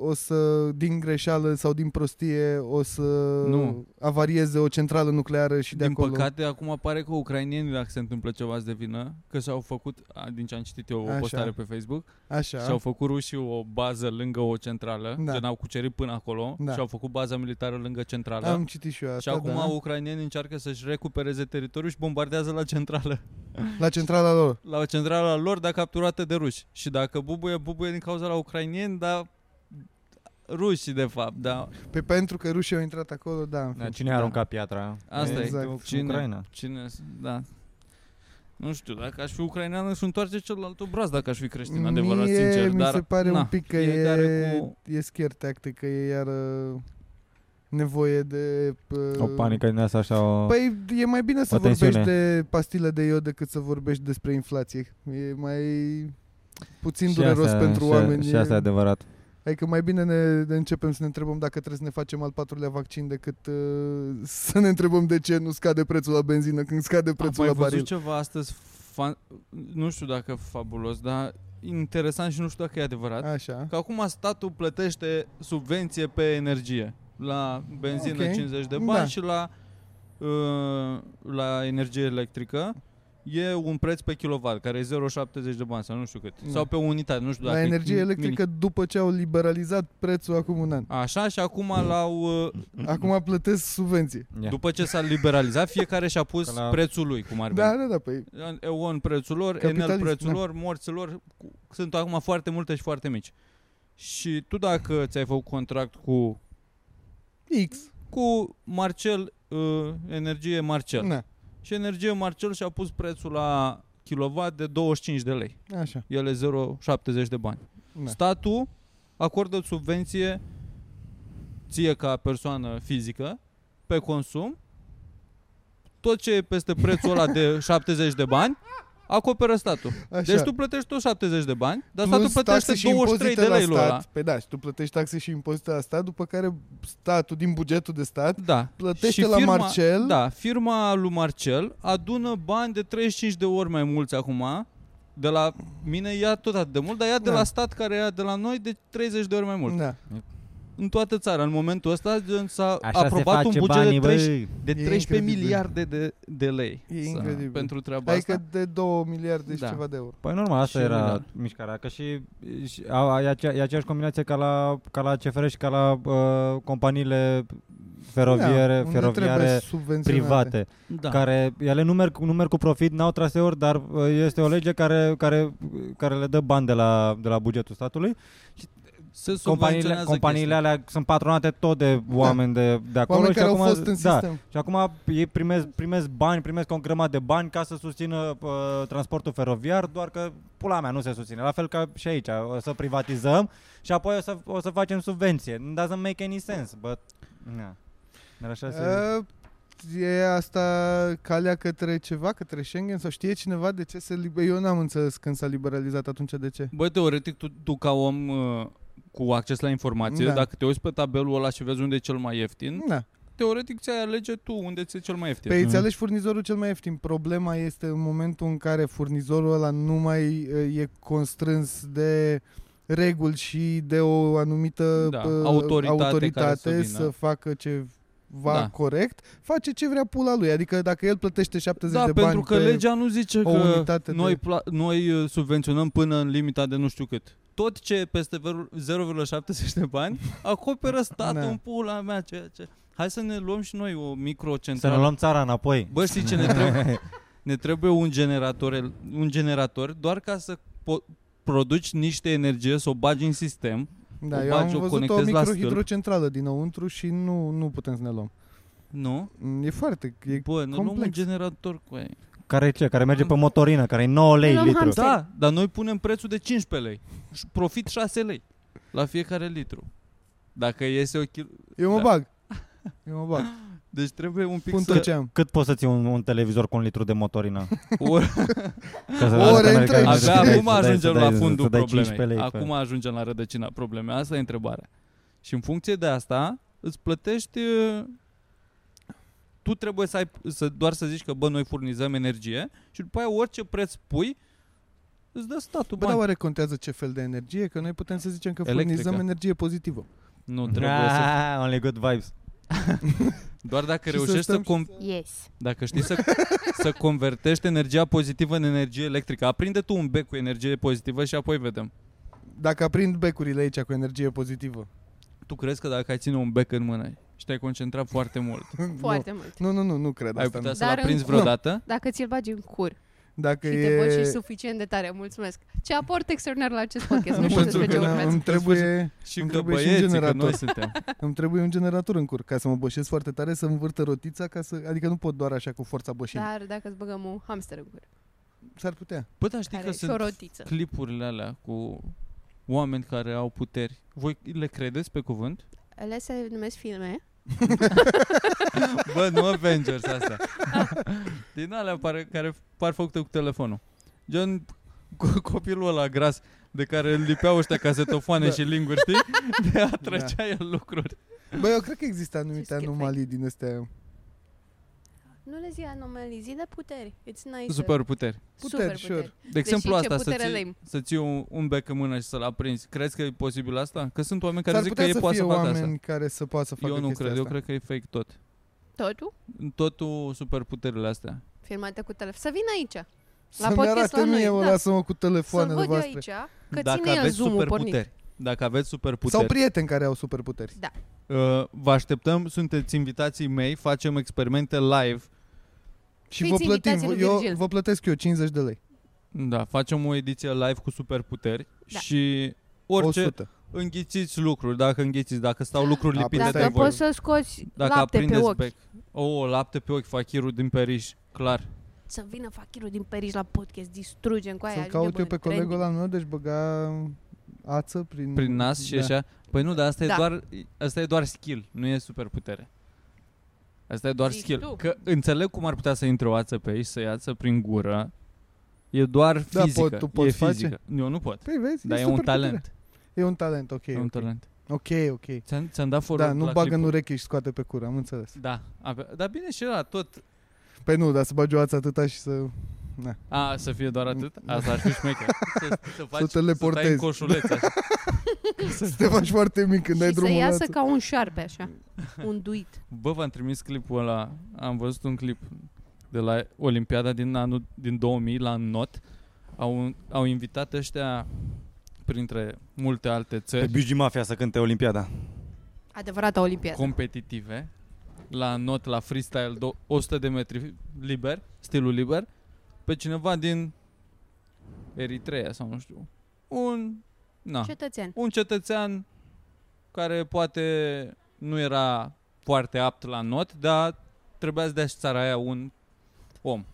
o să din greșeală sau din prostie o să
Nu.
avarieze o centrală nucleară și de
Din
acolo.
păcate, acum pare că ucrainienii, dacă se întâmplă ceva, azi de vină, că și-au făcut, a, din ce am citit eu, o
Așa.
postare pe Facebook,
Așa.
și-au făcut rușii o bază lângă o centrală,
Da.
gen au cucerit până acolo,
Da.
și-au făcut baza militară lângă centrală.
Am citit și eu asta,
și acum
da.
ucrainienii încearcă să-și recupereze teritoriul și bombardează la centrală.
La centrala lor.
La centrala lor, dar capturată de ruși. Și dacă bubuie, bubuie din cauza la ucrainieni, dar rușii, de fapt, da.
Pe pentru că rușii au intrat acolo, da. în
Da,
fine.
cine a aruncat piatra?
Asta
e.
exact.
Exact.
Cine?
Ucraina.
Cine, da. Nu știu, dacă aș fi ucrainean își întoarce celălalt obraz dacă aș fi creștin,
Mie
adevărat, sincer.
mi
dar,
se pare
na,
un pic că
fiecare
e,
cu-
e scare tactic, că e iar uh, nevoie de... uh,
O panică din asta așa o...
Păi e mai bine să
o tensiune.
vorbești de pastile de iod decât să vorbești despre inflație. E mai puțin
Și
dureros
asta-
pentru
și,
oameni.
Și asta e adevărat.
Adică mai bine ne, ne începem să ne întrebăm dacă trebuie să ne facem al patrulea vaccin decât uh, să ne întrebăm de ce nu scade prețul la benzină când scade prețul
Am
la
mai văzut
baril.
ceva astăzi, fan, nu știu dacă fabulos, dar interesant și nu știu dacă e adevărat.
Așa.
Că acum statul plătește subvenție pe energie. La benzină
Ok.
50 de bani
Da.
și la, uh, la energie electrică e un preț pe kilowatt, care e 0,70 de bani sau nu știu cât.
Da.
Sau pe unitate, nu știu dacă
la
e
energie
mini-
electrică după ce au liberalizat prețul acum un an.
Așa și acum l-au, uh,
Acum plătesc subvenție.
Mm. Ia.
după ce s-a liberalizat, fiecare și-a
Că
pus
la-
prețul lui, cum ar veni.
Da, da, da, păi
EON prețul lor, Enel
Capitalist,
prețul
da.
lor, morților, lor, cu- sunt acum foarte multe și foarte mici. Și tu dacă ți-ai făcut contract cu
X.
cu Marcel, uh, energie Marcel.
Na,
Și energie Marcel și-a pus prețul la kilowatt de 25 de lei.
așa.
El e 0,70 de bani.
Na.
Statul acordă subvenție ție ca persoană fizică pe consum. Tot ce e peste prețul ăla de 70 de bani acoperă statul.
Așa.
Deci tu plătești tot 70 de bani, dar
Plus
statul plătește
taxe și
23 de
impozite la
lei lui
stat.
ăla.
Pe da, și tu plătești taxe și impozite la stat, după care statul din bugetul de stat
Da.
plătește
Și
la Marcel.
Da, firma lui Marcel adună bani de 35 de ori mai mulți acum. De la mine ia tot atât de mult, dar ia de
Da.
la stat care ia de la noi de 30 de ori mai mult.
Da.
În toată țara, în momentul ăsta gen, s-a
Așa
aprobat
se
un
face
buget
banii,
de, 30,
băi.
de
E
13
incredibil.
miliarde de, de lei.
E
Să-
incredibil.
Pentru treaba
Adică
asta.
de 2 miliarde și
Da.
ceva de euro.
Păi normal, asta
Și
era
Milan.
mișcarea, că și, și a, e, acea, e aceeași combinație ca la, ca la CFR și ca la uh, companiile
Da,
feroviere,
unde trebuie
feroviare
subvenționate.
private,
Da.
care ele nu merg, nu merg cu profit, n-au traseuri, dar uh, este o lege care, care, care le dă bani de la, de la bugetul statului.
Se
Companiile,
subvenționează
companiile
chestia.
alea sunt patronate tot de oameni de, de acolo.
Da. Oameni
și
care
acum,
au fost în
da,
sistem.
și acum ei primesc, primesc bani, primesc o grămadă de bani ca să susțină uh, transportul feroviar, doar că pula mea nu se susține. La fel ca și aici, o să privatizăm și apoi o să, o să facem subvenție. Doesn't make any sense, but... Na. Dar așa se...
Uh, E asta calea către ceva, către Schengen sau știe cineva de ce se liber... Eu n-am înțeles când s-a liberalizat atunci de ce.
Bă, teoretic, tu, tu ca om uh, cu acces la informație,
Da.
dacă te uiți pe tabelul ăla și vezi unde e cel mai ieftin,
Da.
teoretic ți-ai alege tu unde ți-e cel mai ieftin.
Pe
Mhm.
îți alegi păi furnizorul cel mai ieftin. Problema este în momentul în care furnizorul ăla nu mai uh, e constrâns de reguli și de o anumită
Da,
uh,
autoritate care să
autoritate
vină.
să facă ce va
Da.
corect, face ce vrea pula lui. Adică dacă el plătește 70
da,
de bani
pentru că
pe...
legea nu zice
o
că
unitate de-
noi, pla- noi uh, subvenționăm până în limita de nu știu cât. Tot ce e peste ver- 0,70 de bani acoperă statul
Da.
în pula mea. Ceea ce... Hai să ne luăm și noi o
Să ne
microcentrală.
luăm țara înapoi.
Bă, știi ce ne trebuie? ne trebuie un generator, el- un generator doar ca să po- produci niște energie, să o bagi în sistem,
Da,
O
eu
bagi,
am
o
văzut o
conectezi la stâlp.
microhidrocentrală dinăuntru și nu, nu putem să ne luăm.
nu?
Mm, E foarte... E,
Bă, nu luăm un
complex.
generator cu aia.
Care e ce? Care merge pe motorină, care e 9 lei
luăm
litru.
hamster.
Da, dar noi punem prețul de 15 lei. Și Profit 6 lei la fiecare litru. Dacă iese o kil...
eu mă
Da.
bag. Eu mă bag.
Deci trebuie un pic
Pun
să...
tot ce am.
Cât poți să ții un, un televizor cu un litru de motorină?
Ori-
Ca să
Ore
arăți că
întregi.
merge să
Abia
dai-
acum
să dai-
ajungem
să dai-
la fundul
să dai 15
problemei.
lei pe-
Acum ajungem la rădăcina problemei. Asta e întrebarea. Și în funcție de asta, îți plătești... e, Tu trebuie să ai, să, doar să zici că, bă, noi furnizăm energie și după aia orice preț pui, îți dă
Păi da,
statul
Bă, dar
bani.
oare contează ce fel de energie? Că noi putem să zicem că
Electrică.
furnizăm energie pozitivă.
Nu trebuie să...
Ah, Only good vibes.
Doar dacă
Și să
reușești să,
stăm și
com-
Yes.
Dacă știi să, să convertești energia pozitivă în energie electrică, aprinde tu un bec cu energie pozitivă și apoi vedem.
Dacă aprind becurile aici cu energie pozitivă.
Tu crezi că dacă ai ține un bec în mână și te-ai concentrat foarte mult,
Foarte mult.
Nu, nu, nu, nu cred
ai
asta.
putea
Nu.
să-l
Dar în-
aprinzi
Nu.
vreodată?
Dacă ți-l bagi în cur
Dacă
și te
e...
bociști suficient de tare. Mulțumesc. Ce aport extraordinar la acest podcast. Nu știu
pentru
despre
că
ce
na,
vorbeați.
îmi trebuie,
Și
Îmi
că
trebuie și un
băieții, că
generator.
noi suntem.
îmi trebuie un generator în cur ca să mă bășesc foarte tare, să învârtă rotița, ca să, adică nu pot doar așa cu forța bășinii.
Dar dacă îți băgăm un hamster în gură,
S-ar putea.
Bă, dar Păi da, știi
care
că
și o
sunt
rotiță.
clipurile alea cu oameni care au puteri. Voi le credeți pe cuvânt?
Ele se numesc filme.
Bă, nu Avengers asta. Din alea pare, care par făcute cu telefonul. Gen co- copilul ăla gras de care îl lipeau ăștia casetofoane
Da.
da. și linguri, știi? De a trăcea da. el lucruri.
Bă, eu cred că există anumite
schifai.
anomalii din astea.
Nu le zi anomalii, zi de puteri. It's nice.
Super puteri.
Puteri, sure.
De exemplu
Deci ce
asta, să
putere
ții,
lame.
să ții un, un bec în mână și să-l aprinzi. Crezi că e posibil asta? Că sunt oameni care
S-ar
zic că
putea
e
să
poate
fie
să facă asta.
oameni care să poată să facă
Eu nu
chestia
cred, eu
asta.
cred că e fake tot.
Totul
Totul superputerile astea.
filmate cu telefon. Să vină aici. La
Să-mi
podcast
arate
la noi,
mie, o
da.
lasă-mă cu
Să-l
telefoanele
văd eu
voastre.
aici, că ține el zoom-ul pornit.
superputeri, dacă aveți
Sau
superputeri,
prieteni care au superputeri.
uh, vă așteptăm, sunteți invitații mei, facem experimente live.
Și
Fiți
vă plătim,
invitații
vă-
lui
eu
Virgil.
vă plătesc eu 50 de lei.
Da, facem o ediție live cu superputeri
Da.
și orice
100.
înghițiți lucruri, dacă înghițiți, dacă stau lucruri
Da,
lipite
păi
de
Dacă
stai,
voi.
poți să scoți
Dacă
lapte pe
aprindeți
ochi.
bec. O, oh, lapte pe ochi, fachirul din Periș, clar.
Să vină fachirul din Periș la podcast, distrugem cu aia. adică
Să-l
ajungem
caut eu pe
în trending.
colegul ăla meu, deci băga ață prin...
Prin nas și
da.
așa. Păi nu, dar asta,
Da.
e doar, asta e doar skill, nu e superputere. Asta e doar
Zici
skill.
tu.
Că înțeleg cum ar putea să intre o ață pe aici, să iață prin gură. E doar
Da,
fizică.
pot- tu poți
e fizică. Eu nu pot.
Păi vezi,
Dar e, un
superputere.
talent.
E un talent, ok.
E un
ok.
talent.
Ok, ok.
Ți-am, ți-am dat forul
da, nu
la
bagă în
clipul.
ureche și scoate pe cură, am înțeles.
Da, abia- dar bine și la tot.
Păi nu, dar să bagi o ață atâta și să...
A, să fie doar atât?
Da.
Asta ar fi șmecher. Să, să, faci, să
teleportezi.
stai în coșulețe.
să te faci foarte mic când dai
și să
drumul la
iasă
ață.
ca un șarpe așa, un duit.
Bă, v-am trimis clipul ăla. Am văzut un clip de la Olimpiada din anul din 2000 la Not. Au, au invitat ăștia printre multe alte
Pe
țări
Bigi Mafia să cânte Olimpiada.
Adevărata olimpiadă.
competitive la Not, la freestyle do- 100 de metri liber, stilul liber, pe cineva din Eritrea sau nu știu. Un na,
Da. Cetățean.
un cetățean care poate nu era foarte apt la not, dar trebuia să dea și țara aia un om.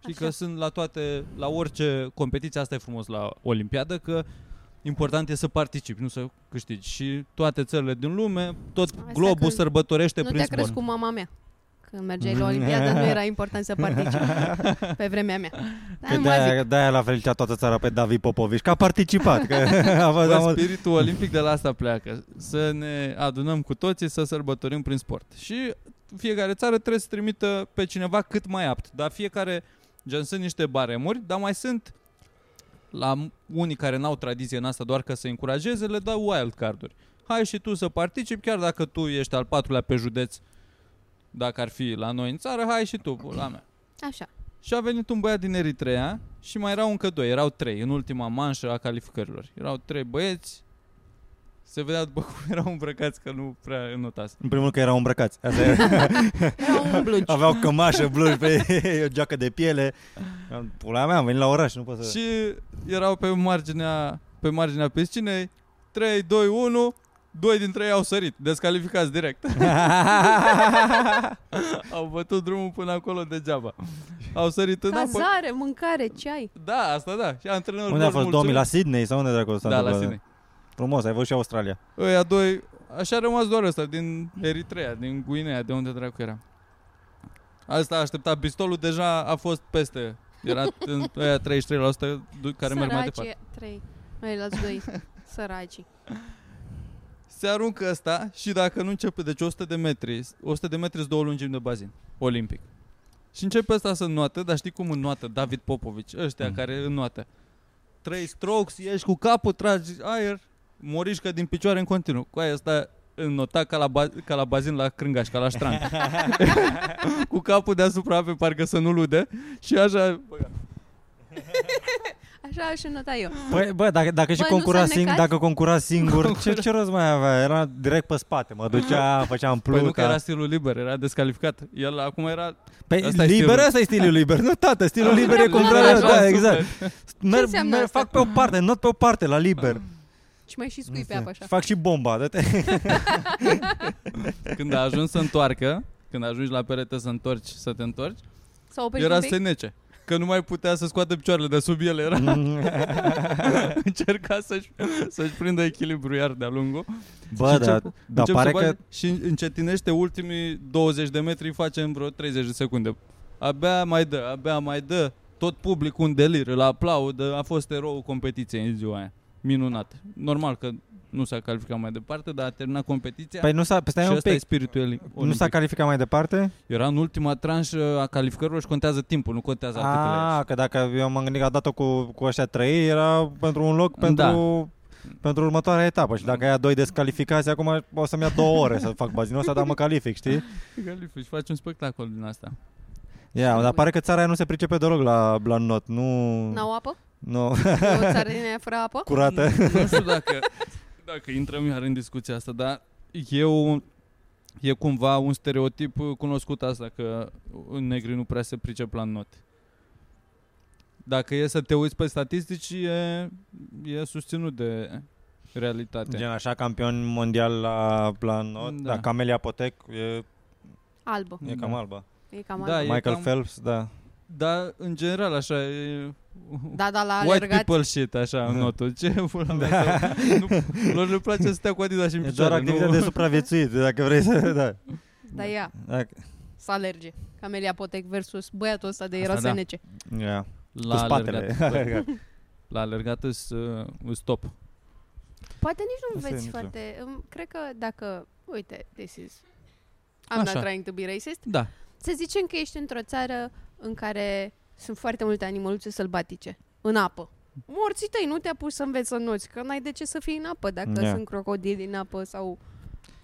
Și
Așa.
că sunt la toate, la orice competiție, asta e frumos la Olimpiadă, că important e să participi, nu să câștigi. Și toate țările din lume, tot
Asta
globul
când
sărbătorește
Nu
prin
te-a
sport.
crescut mama mea. Când mergeai la olimpiadă nu era important să participi pe vremea mea. Dar
Că
nu mai zic.
de-aia, de-aia l-a felicitat toată țara pe David Popovici, că a participat. Că a fost, a
Bă,
fost,
spiritul olimpic de la asta pleacă. Să ne adunăm cu toții să sărbătorim prin sport. Și fiecare țară trebuie să trimită pe cineva cât mai apt. Dar fiecare, gen, sunt niște baremuri, dar mai sunt la m- unii care n-au tradiție în asta doar ca să încurajeze, le dau wildcard-uri. Hai și tu să participi, chiar dacă tu ești al patrulea pe județ, dacă ar fi la noi în țară, hai și tu, la mea.
Așa.
Și a venit un băiat din Eritrea și mai erau încă doi, erau trei în ultima manșă a calificărilor. Erau trei băieți Se vedea după cum erau îmbrăcați că nu prea notați.
În primul rând că erau îmbrăcați. Asta era.
Erau umblugi.
Aveau cămașă, blugi pe ei, o geacă de piele. Am- Pula mea, am venit la oraș, nu pot să...
Și erau pe marginea, pe marginea piscinei, 3, 2, 1, doi dintre ei au sărit, descalificați direct. au bătut drumul până acolo degeaba. Au sărit în apă.
Cazare, mâncare, ceai.
Da, asta da. Și antrenorul
Unde a
lor
fost
mulțumit.
2000? La Sydney sau unde dracu s-a
Da, la
întâmplat?
Sydney.
Frumos, ai văzut și Australia.
Ăia doi, așa a rămas doar ăsta, din Eritrea, din Guinea, de unde dracu era. Asta a așteptat pistolul, deja a fost peste. Era în ăia 33% du- care merg mai
Săraci
departe.
trei. Mai la doi. Săraci.
Se aruncă ăsta și dacă nu începe, deci 100 de metri, 100 de metri sunt două lungimi de bazin, olimpic. Și începe ăsta să înnoată, dar știi cum înnoată David Popovici, ăștia
Mm.
mm. care înnoată. Trei strokes, ieși cu capul, tragi aer, morișcă din picioare în continuu. Cu aia ăsta înnota ca la, ba- ca la bazin la crângaș, ca la ștran. cu capul deasupra pe parcă să nu lude și așa... băga.
Așa aș nota eu.
Păi, bă, dacă, dacă și
Bă, nu
concura,
s-a
sing,
necat?
dacă concura singur, ce, ce rost mai avea? Era direct pe spate, mă ducea, făceam pluta.
Păi nu că era stilul liber, era descalificat. El acum era...
Păi
Ăsta e
liber,
stilul.
ăsta e stilul liber. Nu, tată, stilul liber e
Am
cum
luat
vreau
la
eu,
joc,
Da,
super.
exact. Merg,
înseamnă
merg,
asta?
fac pe o parte, not pe o parte, la liber.
Și mai și scui pe apă așa.
Fac și bomba, dă-te.
Când a ajuns să întoarcă, când ajungi la perete să întorci, să te întorci,
S-a oprit
era
un pic.
senece. Că nu mai putea să scoată picioarele de sub ele. Era, încerca să-și, să-și prindă echilibru iar de-a lungul.
Bă,
Și
da,
început-
da
Încep
pare
să bage
că...
Și încetinește ultimii 20 de metri, face în vreo 30 de secunde. Abia mai dă, abia mai dă. Tot publicul un delir, îl aplaudă. A fost eroul competiției în ziua aia. Minunat. Normal că nu s-a calificat mai departe, dar a terminat competiția.
Păi nu s-a... Păi stai
și
un
ăsta e
pic.
spiritul el-
Nu s-a
olimpic.
calificat mai departe?
Era în ultima tranșă a calificărilor și contează timpul, nu contează atâtele.
Ah, că dacă eu m-am gândit că a dat-o cu, cu ăștia trei, era pentru un loc pentru, da. pentru următoarea etapă. Și dacă aia doi descalificați, acum o să-mi ia două ore să fac bazinul ăsta, dar mă calific, știi?
Califici, faci un spectacol din asta.
Ia, dar pare că țara aia nu se pricepe deloc la, la not, nu...
N-au apă?
Nu,
E o țară din aia fără apă?
curată.
Nu, nu știu dacă, dacă intrăm iar în discuția asta, dar eu e cumva un stereotip uh, cunoscut asta, că negri nu prea se pricep la not. Dacă e să te uiți pe statistici, e, e susținut de realitate.
Gen așa, campion mondial la, la not, da.
Da.
da Camelia Potec e,
Albă.
e cam
Da.
albă.
E cam
Da,
albă.
e
Michael
cam-
Phelps, da.
Dar, în general, așa, e
Da, da, la
White
alergat.
people shit, așa,
Da.
în notul. Ce pula mea să- nu, Lor le place să stea cu adidas și în
E doar
picioare.
activitate de
Nu,
supraviețuit, dacă vrei să... Da.
Da, ia,
Dacă,
să alerge. Camelia Potec versus băiatul ăsta de
Asta
era
da.
SNC.
yeah. Cu
la
spatele.
alergat. La alergat îs, uh, îs top.
Poate nici nu
Asta e
înveți
mișto.
foarte... îm, Cred că dacă... Uite, this is... I'm
Așa.
not trying to be racist.
Da.
Să zicem că ești într-o țară în care sunt foarte multe animăluțe sălbatice, în apă. Morții tăi nu te-a pus să înveți să noți, că n-ai de ce să fii în apă dacă
Da.
sunt crocodili în apă sau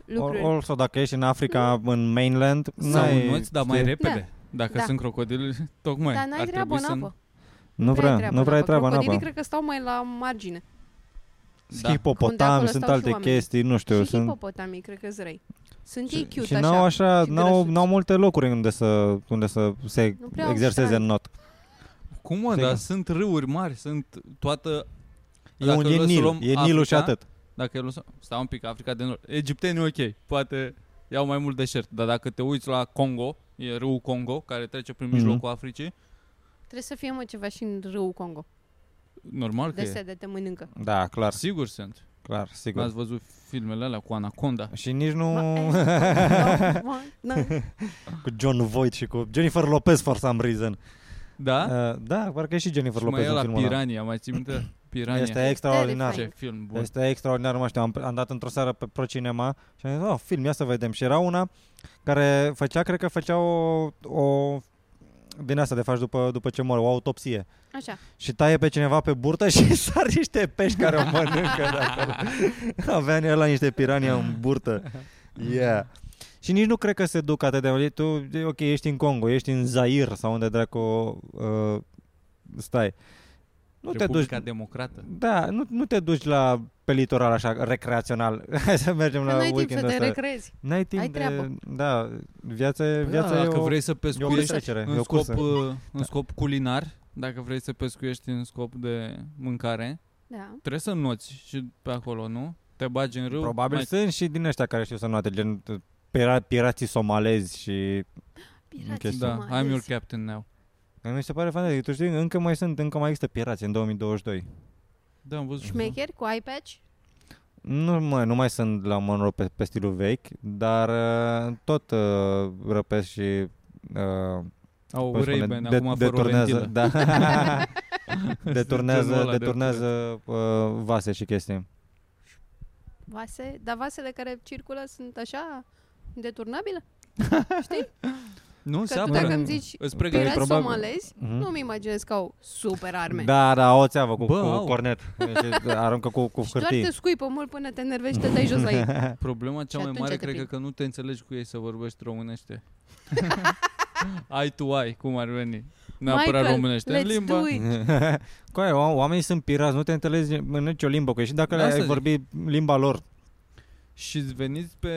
lucruri.
Or, also, dacă ești în Africa, în mainland,
Sau
n-ai,
nuți, dar mai
știi?
repede. Dacă
Da.
sunt crocodili, tocmai.
Dar n-ai
ar
treabă în
trebui
apă.
Nu
prea ai
vrea, nu vrea e treaba în
Crocodilii
apă.
cred că stau mai la margine.
Să... Da.
Unde acolo
Hipopotami, sunt
stau și
alte
oamenii.
chestii, nu știu.
și
sunt,
hipopotamii, cred că zrei. Sunt ei
și,
cute
și
așa.
n-au așa,
și
n-au,
grăsuți.
n-au multe locuri unde să, unde să se
Nu prea au
exerseze
strand.
în not.
Cum mă,
Sigur.
dar sunt râuri mari, sunt toată...
E,
Dacă
un,
o
e
să
Nil,
luăm
e Nilul și
Africa,
atât.
Dacă e luăm, stau un pic, Africa de Nord. Egiptenii, ok, poate iau mai mult deșert, dar dacă te uiți la Congo, e râul Congo, care trece prin
Mhm.
mijlocul Africii,
Trebuie să fie mă ceva și în râul Congo.
normal că
De
e.
astea de te mănâncă.
Da, clar,
Sigur sunt.
clar,
Ați
sigur.
văzut filmele alea cu Anaconda?
Și nici nu...
Ma- Ma-
cu John Voight și cu Jennifer Lopez for some reason.
Da?
Uh, da, parcă e și Jennifer
și mai
Lopez
e
în
la
filmul ăla.
Pirania, mai ții minte? Pirania.
Este extraordinar.
Ce
Fain.
film bun.
Este extraordinar, nu mai știu, am, am dat într-o seară pe ProCinema și am zis, oh, film, ia să vedem. Și era una care făcea, cred că făcea o, o din asta de faci după, după ce mor, o autopsie.
Așa.
Și taie pe cineva pe burtă și sar niște pești care o mănâncă de acolo. Avea în la niște pirania în burtă. Yeah. Și nici nu cred că se duc atât de mult. Tu, e ok, ești în Congo, ești în Zair sau unde dracu uh, stai. Nu te duci,
Republica Democrată.
da, nu, nu te duci la pe litoral așa, recreațional. Hai să mergem
Că
la
n-ai timp să
weekendul
te
ăsta.
recrezi.
N-ai timp
Ai
de...
treabă.
Da, viața, e-
Păi
viața
da,
e
dacă
o...
vrei să
E o
pescuiești
petrecere, e
în
o
scop,
cursă.
uh, în scop culinar, dacă vrei să pescuiești în scop de mâncare,
Da.
trebuie să noți și pe acolo, nu? Te bagi în râu.
Probabil
mai...
sunt și din ăștia care știu să noate, gen uh, pira- pirații somalezi și...
Pirații
chestii.
Da, I'm your
somalezi.
captain now.
Mi se pare fantastic. Tu știi, încă mai sunt, încă mai există pirați în 2022.
Da, am văzut.
Șmecheri cu eye patch?
Nu, mă, nu mai sunt la Monroe pe, pe stilul vechi, dar uh, tot uh, răpesc și uh,
Au
cum spune,
Ray-Ban
de-
acum fără o
deturnează,
lentilă.
da.
Genul
deturnează,
ăla de
deturnează uh, vase și chestii.
Vase? Dar vasele care circulă sunt așa deturnabile?
Nu, se
Că tu
apără. Păi,
dacă îmi zici
Îți
pirați
pregătești.
probabil-
somalezi,
Mm?
Mhm.
nu-mi imaginez că au super arme.
Da, da, o țeavă cu,
Bă,
cu
au.
cornet. Deci, aruncă cu, cu
și doar te
hârtii.
scuipă mult până te enervești și te dai jos la ei.
Problema cea mai
Și atunci
mare
te
cred că,
prind.
că nu te înțelegi cu ei să vorbești românește. ai tu ai, cum ar veni. Neapărat
Michael,
românește.
let's
În limba.
do it.
Coi, o- oamenii sunt pirați, nu te înțelegi în nicio limbă cu ei. Și dacă
De
le
Da, asta
ai
zic.
vorbi limba lor,
Și veniți pe...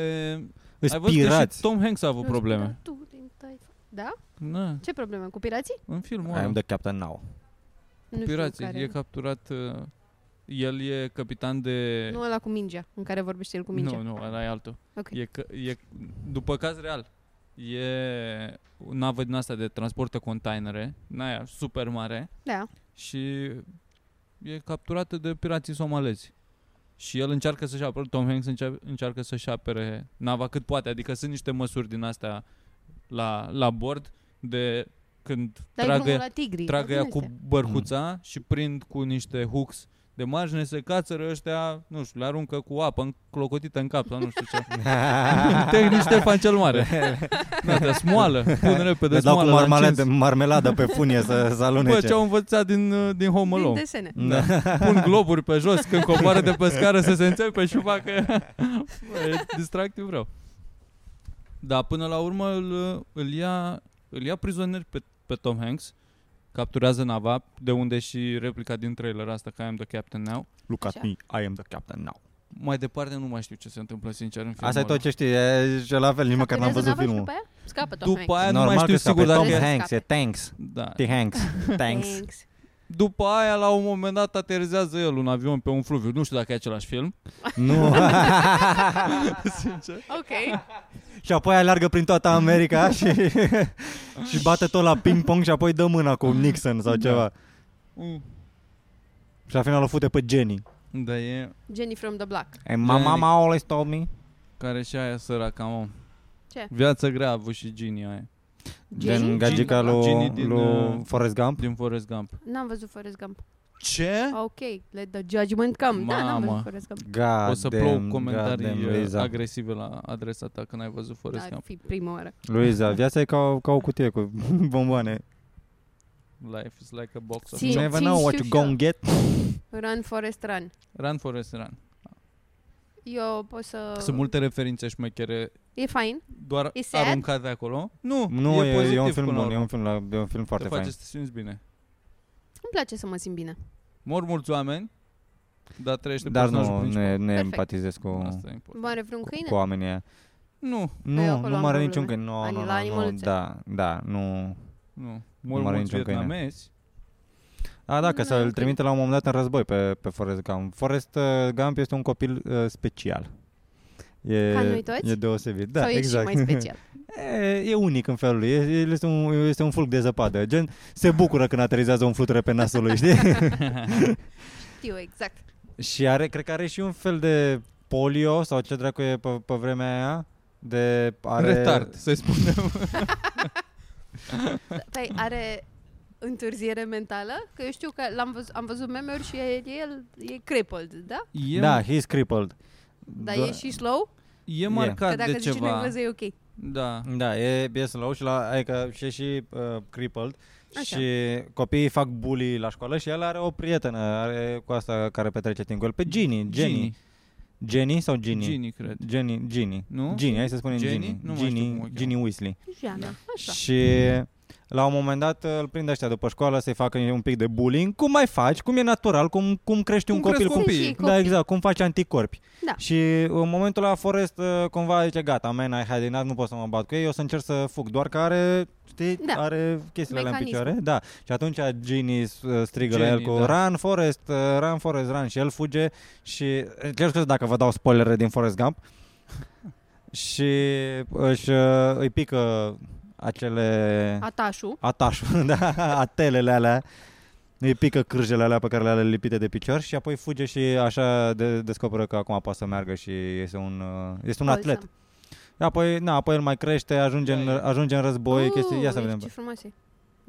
îți
ai văzut că și
pirați.
Tom Hanks a avut
Eu
probleme.
spun, "Da, tu din tai- Da?
Da,
Ce probleme? Cu pirații?
în filmul
I am
ăla.
the captain now.
Nu știu
Pirații,
care.
e capturat... uh, El e capitan de...
Nu ăla cu mingea, în care vorbește el cu mingea.
nu, nu, ăla e altul.
Ok.
E, că, e, după caz real, e o navă din asta de transportă containere, în aia super mare,
Da.
și e capturată de pirații somalezi. Și el încearcă să-și apere, Tom Hanks încearcă, încearcă să-și apere nava cât poate, adică sunt niște măsuri din astea la, la bord de când
Dai
tragă,
drumul la tigri.
tragă ea cu
Este.
Mm.
bărcuța și prind cu niște hooks de margine, se cațără ăștia, nu știu, le aruncă cu apă în, clocotită în cap sau nu știu ce. Tehnic Ștefan cel Mare. Da, te smoală, pun repede
Le dau cu
smoală la
marmalade,
încins.
marmeladă pe funie să, să
Bă,
alunece.
ce au învățat din, uh, din Home
Din
Alone.
desene.
Da. Pun globuri pe jos când coboară de pe scară să se înțepe și fac Bă, e distractiv rău. Da, până la urmă îl, îl, ia, îl ia prizonier pe, pe Tom Hanks, capturează nava, de unde și replica din trailer asta, că I am the captain now.
Look
at Așa. me,
I am the captain now.
Mai departe nu mai știu ce se întâmplă, sincer, în filmul
Asta e
ăla.
tot ce știi, e și la fel, nici măcar n-am văzut
Capturează nava și
filmul.
După aia? Scapă Tom
După
Hanks.
aia nu mai știu
că
sigur
scapă.
dacă...
Tom
e-
Hanks, e Tanks.
Da.
T. Hanks. Tanks.
Thanks.
După aia, la un moment dat, aterizează el un avion pe un fluviu. Nu știu dacă e același film.
nu.
Sincer.
Ok.
și apoi alergă prin toată America și, și bate tot la ping-pong și apoi dă mâna cu Nixon sau
Da.
ceva. Mm. Și la final o fute pe Jenny.
Da, e...
Jenny from the Block.
And
Jenny.
always told me.
Care și aia săraca, om.
Ce?
Viața grea a avut și Ginny aia.
Jenny?
Gen gagica lui,
Jenny din, uh,
lui Forrest Gump.
Din Forrest Gump.
N-am văzut Forrest Gump. Ah,
Ce?
Ok, let the judgment come. Da, n-am
Mamă.
văzut Forrest Gump.
God
o să
damn,
plou
God
comentarii
damn,
uh,
Luiza.
agresive la adresa ta când ai văzut Forrest
Ar
Gump.
fi prima oară.
Luiza, viața e ca, o- ca o cutie cu bomboane.
Life is like a box of...
Țin-
You never
țin
know what
știu
you
și
gonna
eu.
get.
Run Forrest Run.
Run, Forrest, run.
Uh. Eu pot să...
Sunt multe referințe șmechere,
E fain.
doar
E sad?
aruncate acolo. Nu,
Nu, e, e,
pozitiv
un film
până la
bun, e
urmă.
un film, la, e un film foarte
Te
fain.
face să te simți bine.
Îmi place să mă simt bine.
Mor mulți oameni, dar trăiește
Dar
personajul
nu,
principal.
ne, ne
Perfect.
empatizez cu,
Asta e important.
Mă are vreun
cu,
câine? Păi
cu oamenii aia.
Nu,
Nu,
acolo
nu
am
mă are
probleme.
niciun câine. Nu,
Ani-
nu,
la
nu, nu,
animăluțe.
da, da, nu.
nu.
Nu
Mor
mare
mulți
niciun câine.
vietnamezi.
A, da, că
Nu e
să-l
ok.
trimite la un moment dat în război pe, pe Forrest Gump. Forrest uh, Gump este un copil uh, special. E,
Ca noi toți?
E deosebit, da,
Sau e
exact.
și mai special.
e, e unic în felul lui, e, el este, un, este un fulg de zăpadă. Gen, se bucură când aterizează un fluture pe nasul lui, știi?
Știu exact.
Și are, cred că are și un fel de polio sau ce dracu e pe, pe vremea aia. De are...
Retard, să spunem.
Păi are întârziere mentală? Că eu știu că l-am văzut, am văzut meme-uri și e, el e crippled, da?
E,
Da, he's crippled.
Dar
Da.
e și slow?
e
Că
marcat
dacă
Da, de
zici în
ceva.
engleză e ok.
Da.
Da, e e slow și, la, adică, și e și uh, crippled
Așa.
și copiii fac bully la școală și el are o prietenă are cu asta care petrece timp cu el, pe Ginny, Jenny. Ginny.
Ginny.
Jenny sau Ginny?
Ginny, cred.
Ginny, Ginny.
Nu?
Ginny, hai să spunem
Jenny?
Ginny.
Nu mai știu
Ginny,
cum o cheamă.
Ginny Weasley.
Joana, așa.
Și la un moment dat uh, îl prind ăștia după școală să-i facă un pic de bullying. Cum mai faci? Cum e natural? Cum, cum crești un
Cum crezi
copil? Cum,
copii.
Sunt și
da, exact. Cum faci anticorpi?
Da.
Și în momentul ăla Forrest uh, cumva zice, gata, man, I had enough, nu pot să mă bat cu ei, o să încerc să fug. Doar că are, știi,
Da.
are chestiile alea în
Mecanism.
picioare. Da. Și atunci Ginny uh, strigă la el
Ginny,
cu
da.
run Forrest, uh, run Forrest, run. Și el fuge și uh, chiar scuze dacă vă dau spoilere din Forrest Gump. și își, uh, îi pică acele
Da. Atașul.
atașul, da, atelele alea, îi pică cârjele alea pe care le-are lipite de picior și apoi fuge și așa de, descoperă că acum poate să meargă și este un, uh, este un
Păi
atlet.
Balsam.
Apoi, na, apoi el mai crește, ajunge, în,
Da, e-
ajunge în război,
Uh,
chestii, ia să
uite
vedem.
Ce frumos e.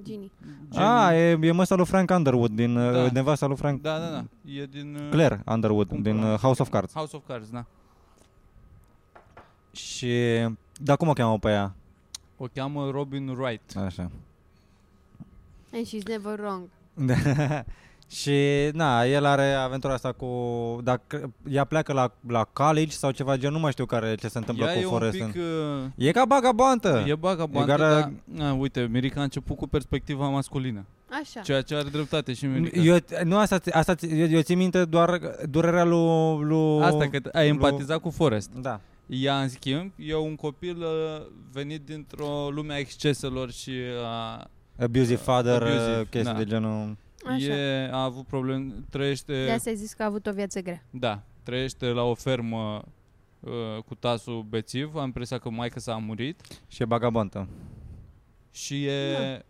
Genie.
A, Ah, e, e măsa lui Frank Underwood, din,
Da.
da. nevasta lui Frank,
Da, da, da. E din... uh,
Claire Underwood,
cum
din uh,
pronunță?
House of Cards.
House of Cards, da.
Și, da, cum o cheamă pe ea?
O cheamă Robin Wright.
Așa.
And she's never wrong.
Da. și, na, el are aventura asta cu... Dacă, ea pleacă la, la college sau ceva gen, nu mai știu care ce se întâmplă
Ea
cu
e un
Forrest.
pic...
în-
uh,
E ca bagabantă!
E bagabantă,
E gara-
dar... Na, uite, Mirica a început cu perspectiva masculină.
Așa.
Ceea ce are dreptate și Mirica.
Eu, nu, asta, ți- asta, ți- eu, eu țin minte doar durerea lui... lui
Asta, că ai
lu-
empatizat cu Forrest.
Da.
Ea, în schimb, e un copil uh, venit dintr-o lume a exceselor și uh, a,
Abusive father,
Abusive,
abusive, chestii
da.
de genul...
Așa.
e, a avut probleme, trăiește...
De asta ai zis că a avut o viață grea.
Da, trăiește la o fermă uh, cu tasul bețiv, am impresia că maica s-a murit
Și e bagabantă.
și e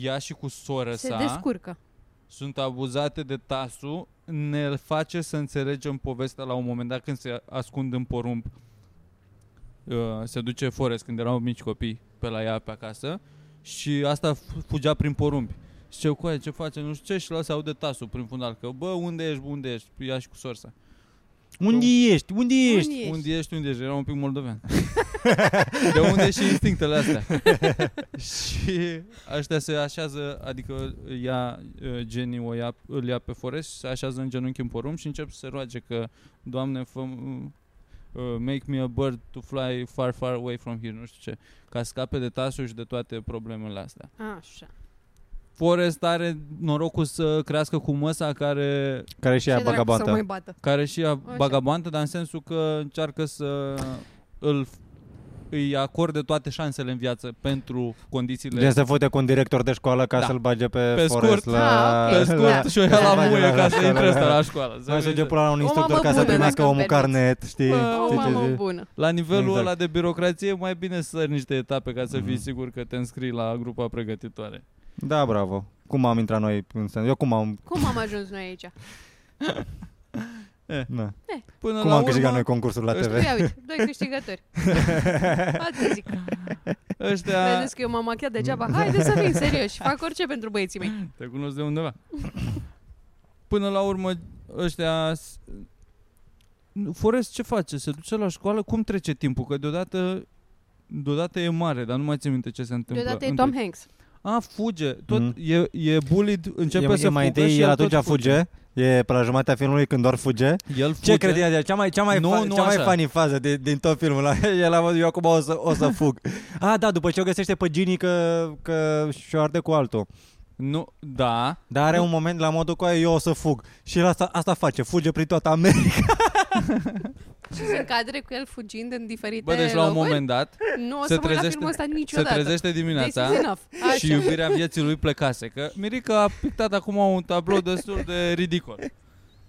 ea și cu sora
Da. Se
sa
descurcă.
sunt abuzate de tasul, ne face să înțelegem povestea la un moment dat când se ascund în porumb. Uh, se duce Forest când erau mici copii pe la ea pe acasă și asta f- fugea prin porumbi. Și ce coaie, ce face, nu știu ce, și la se aude tasul prin fundal, că bă, unde ești, unde ești, ea și cu sorsa.
Unde ești? Unde ești?
Unii ești.
Unde ești, unde ești? Era un pic moldovean. de unde și instinctele astea. și ăștia se așează, adică ia, uh, Jenny o ia, îl ia pe forest, se așează în genunchi în porumb și încep să se roage că, Doamne, fă, uh, make me a bird to fly far, far away from here, nu știu ce, ca să scape de tasul și de toate problemele astea.
Așa.
Forest are norocul să crească cu măsa care,
Care și ea
Ce dracu să
bagabantă.
mai bată.
care și ea bagabantă, dar în sensul că încearcă să îl îi acorde toate șansele în viață pentru condițiile...
Gen să fute cu un director de școală ca
Da.
să-l bage pe,
Pe
Forrest
scurt.
la...
Ah, ok.
Pe
la-
scurt,
Da.
și o ia la
Da.
muie ca să
Da.
intre ăsta la școală. Să
Hai să
vezi.
pune la un
O
instructor
mamă
ca să
bună,
primească
dacă
omul
îmi
carnet, știi?
Bă,
O
Știi ce
mamă
zic?
bună.
La nivelul
Exact.
ăla de birocrație e mai bine să ai niște etape ca să fii
Mhm.
sigur că te înscrii la grupa pregătitoare.
Da, bravo. Cum am intrat noi în sens? Eu cum am...
Cum am ajuns noi aici?
Na.
Până
Cum
la
am câștigat
urmă,
noi concursul la
ăștia-
TV?
Ia uite, doi câștigători. Atât zic.
ăștia
Vedeți că eu m-am machiat degeaba. Haide să fim serios și fac orice pentru băieții mei.
te cunosc de undeva. Până la urmă, ăștia... s- Forest ce face? Se duce la școală? Cum trece timpul? Că deodată, deodată e mare, dar nu mai țin minte ce se întâmplă.
Deodată e
între-
Tom Hanks.
A, fuge. Tot
Mhm.
e, e bullied, începe
e,
să
e mai
fugă
întâi,
și
el
tot
atunci fuge. E pe la jumătatea filmului când doar fuge.
El fuge.
Ce credeai de cea mai, cea mai,
Nu,
fa-
nu
cea mai
așa.
funny fază din, din tot filmul ăla? El a văzut, eu acum o să, o să fug. ah, da, după ce o găsește pe Ginny că, că și-o arde cu altul.
Nu, da.
Dar are un moment la modul cu aia, eu o să fug. Și el asta, asta face, fuge prin toată America.
Și se încadre cu el fugind în diferite
Bă, deci la un
locuri.
moment dat
Nu o
se
să mă la
trezește-
filmul ăsta
se
niciodată.
trezește dimineața
This is enough. Așa.
și iubirea vieții lui plecase. Că Mirica a pictat acum un tablou destul de ridicol.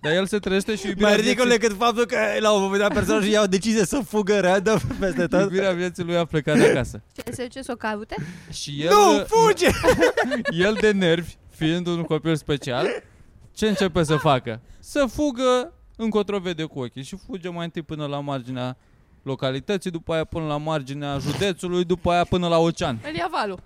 Dar el se trezește și iubirea
Mai ridicol
vieții,
decât faptul că la un moment dat persoana și ia o decizie să fugă readă peste tot.
iubirea vieții lui a plecat de acasă.
Ce se duce să o caute?
Și el,
Nu, fuge!
el de nervi, fiind un copil special, ce începe să facă? Să fugă încotro vede cu ochii și fuge mai întâi până la marginea localității, după aia până la marginea județului, după aia până la ocean.
Îl ia valul.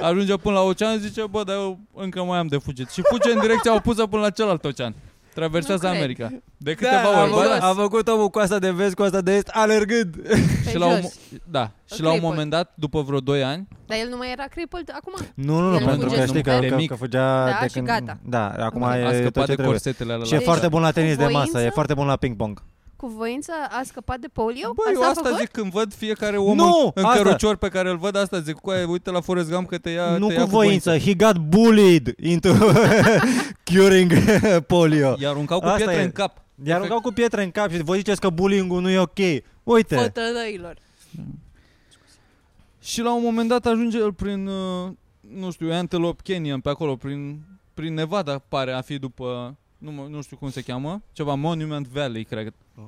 Ajunge până la ocean, zice, bă, dar eu încă mai am de fugit. Și fuge în direcția opusă până la celălt ocean. Traversează
Nu cred.
America. De câteva
Da, a,
ori. Ba
făcut,
da.
a făcut omul cu asta de vest, cu asta de est, alergând.
Pe
Și, la un,
jos.
mo- da. și
O
la un
clipă.
moment dat, după vreo 2 ani,
Dar el nu mai era crippled acum?
Nu, nu, nu,
El
pentru
fuge
că știi că,
de
că,
mic.
că fugea
Da,
de
și
când...
gata.
Da, acum
Ok.
a
e tot
scăpat
ce
de
trebuie.
corsetele alea.
Și e
Deci,
foarte bun la tenis
cu
de masă,
voință?
e foarte bun la ping-pong.
cu voință a scăpat de polio?
Bă,
asta
eu
a
asta
făcut?
zic când văd fiecare om
Nu,
în
asta.
cărucior pe care îl văd, asta zic, coaie, uite la Forrest Gump că te ia
nu
te ia
cu voință, he got bullied into curing polio.
I aruncau cu
Asta
pietre
e.
în cap.
I-a aruncat cu pietre în cap și voi ziceți că bullying-ul nu e ok. Uite,
Fătălăilor.
Și la un moment dat ajunge el prin, uh, nu știu, Antelope Canyon, pe acolo, prin, prin Nevada, pare a fi după, nu, mă- nu știu cum se cheamă, ceva Monument Valley, cred.
Ah.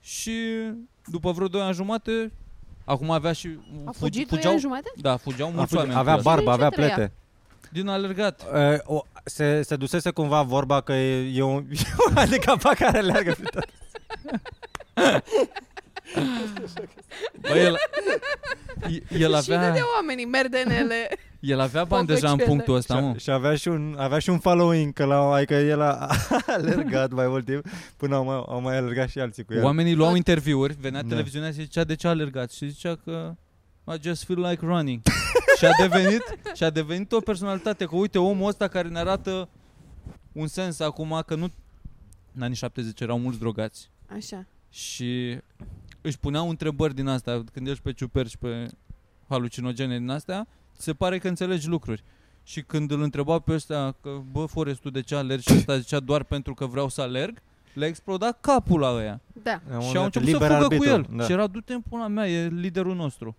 Și după vreo 2 ani jumate, acum avea și...
A
fugi-
fugit doi
fugeau,
ani jumate?
Da, fugeau
a
mulți
fugit,
oameni.
avea
cu el.
barbă, avea
ce trăia?
plete.
Din alergat.
Uh, o, se, se dusese cumva vorba că e, e un, e un handicapat care leargă prin toată-
Bă, el, el, avea,
Și de oamenii, merdenele.
el avea bani deja în
Povăcele.
punctul ăsta, mă.
și, și avea, și un, avea și un following, că la, adică el a, a alergat mai mult timp, până au mai, au mai alergat și alții cu el.
Oamenii luau interviuri, venea
Da.
televiziunea și zicea de ce a alergat și zicea că I just feel like running. și a devenit și a devenit o personalitate că uite omul ăsta care ne arată un sens acum că nu în anii 70 erau mulți drogați
Așa.
și își puneau întrebări din asta când ești pe ciuperci pe halucinogene din astea, ți se pare că înțelegi lucruri. Și când îl întreba pe ăsta că bă Forest, tu de ce alergi și ăsta zicea doar pentru că vreau să alerg, le-a explodat capul la ăia.
Da.
Am
Și
un
au început să
liber
fugă
arbitru,
cu el.
Da.
Da. Și era, du-te în pula mea, e liderul nostru.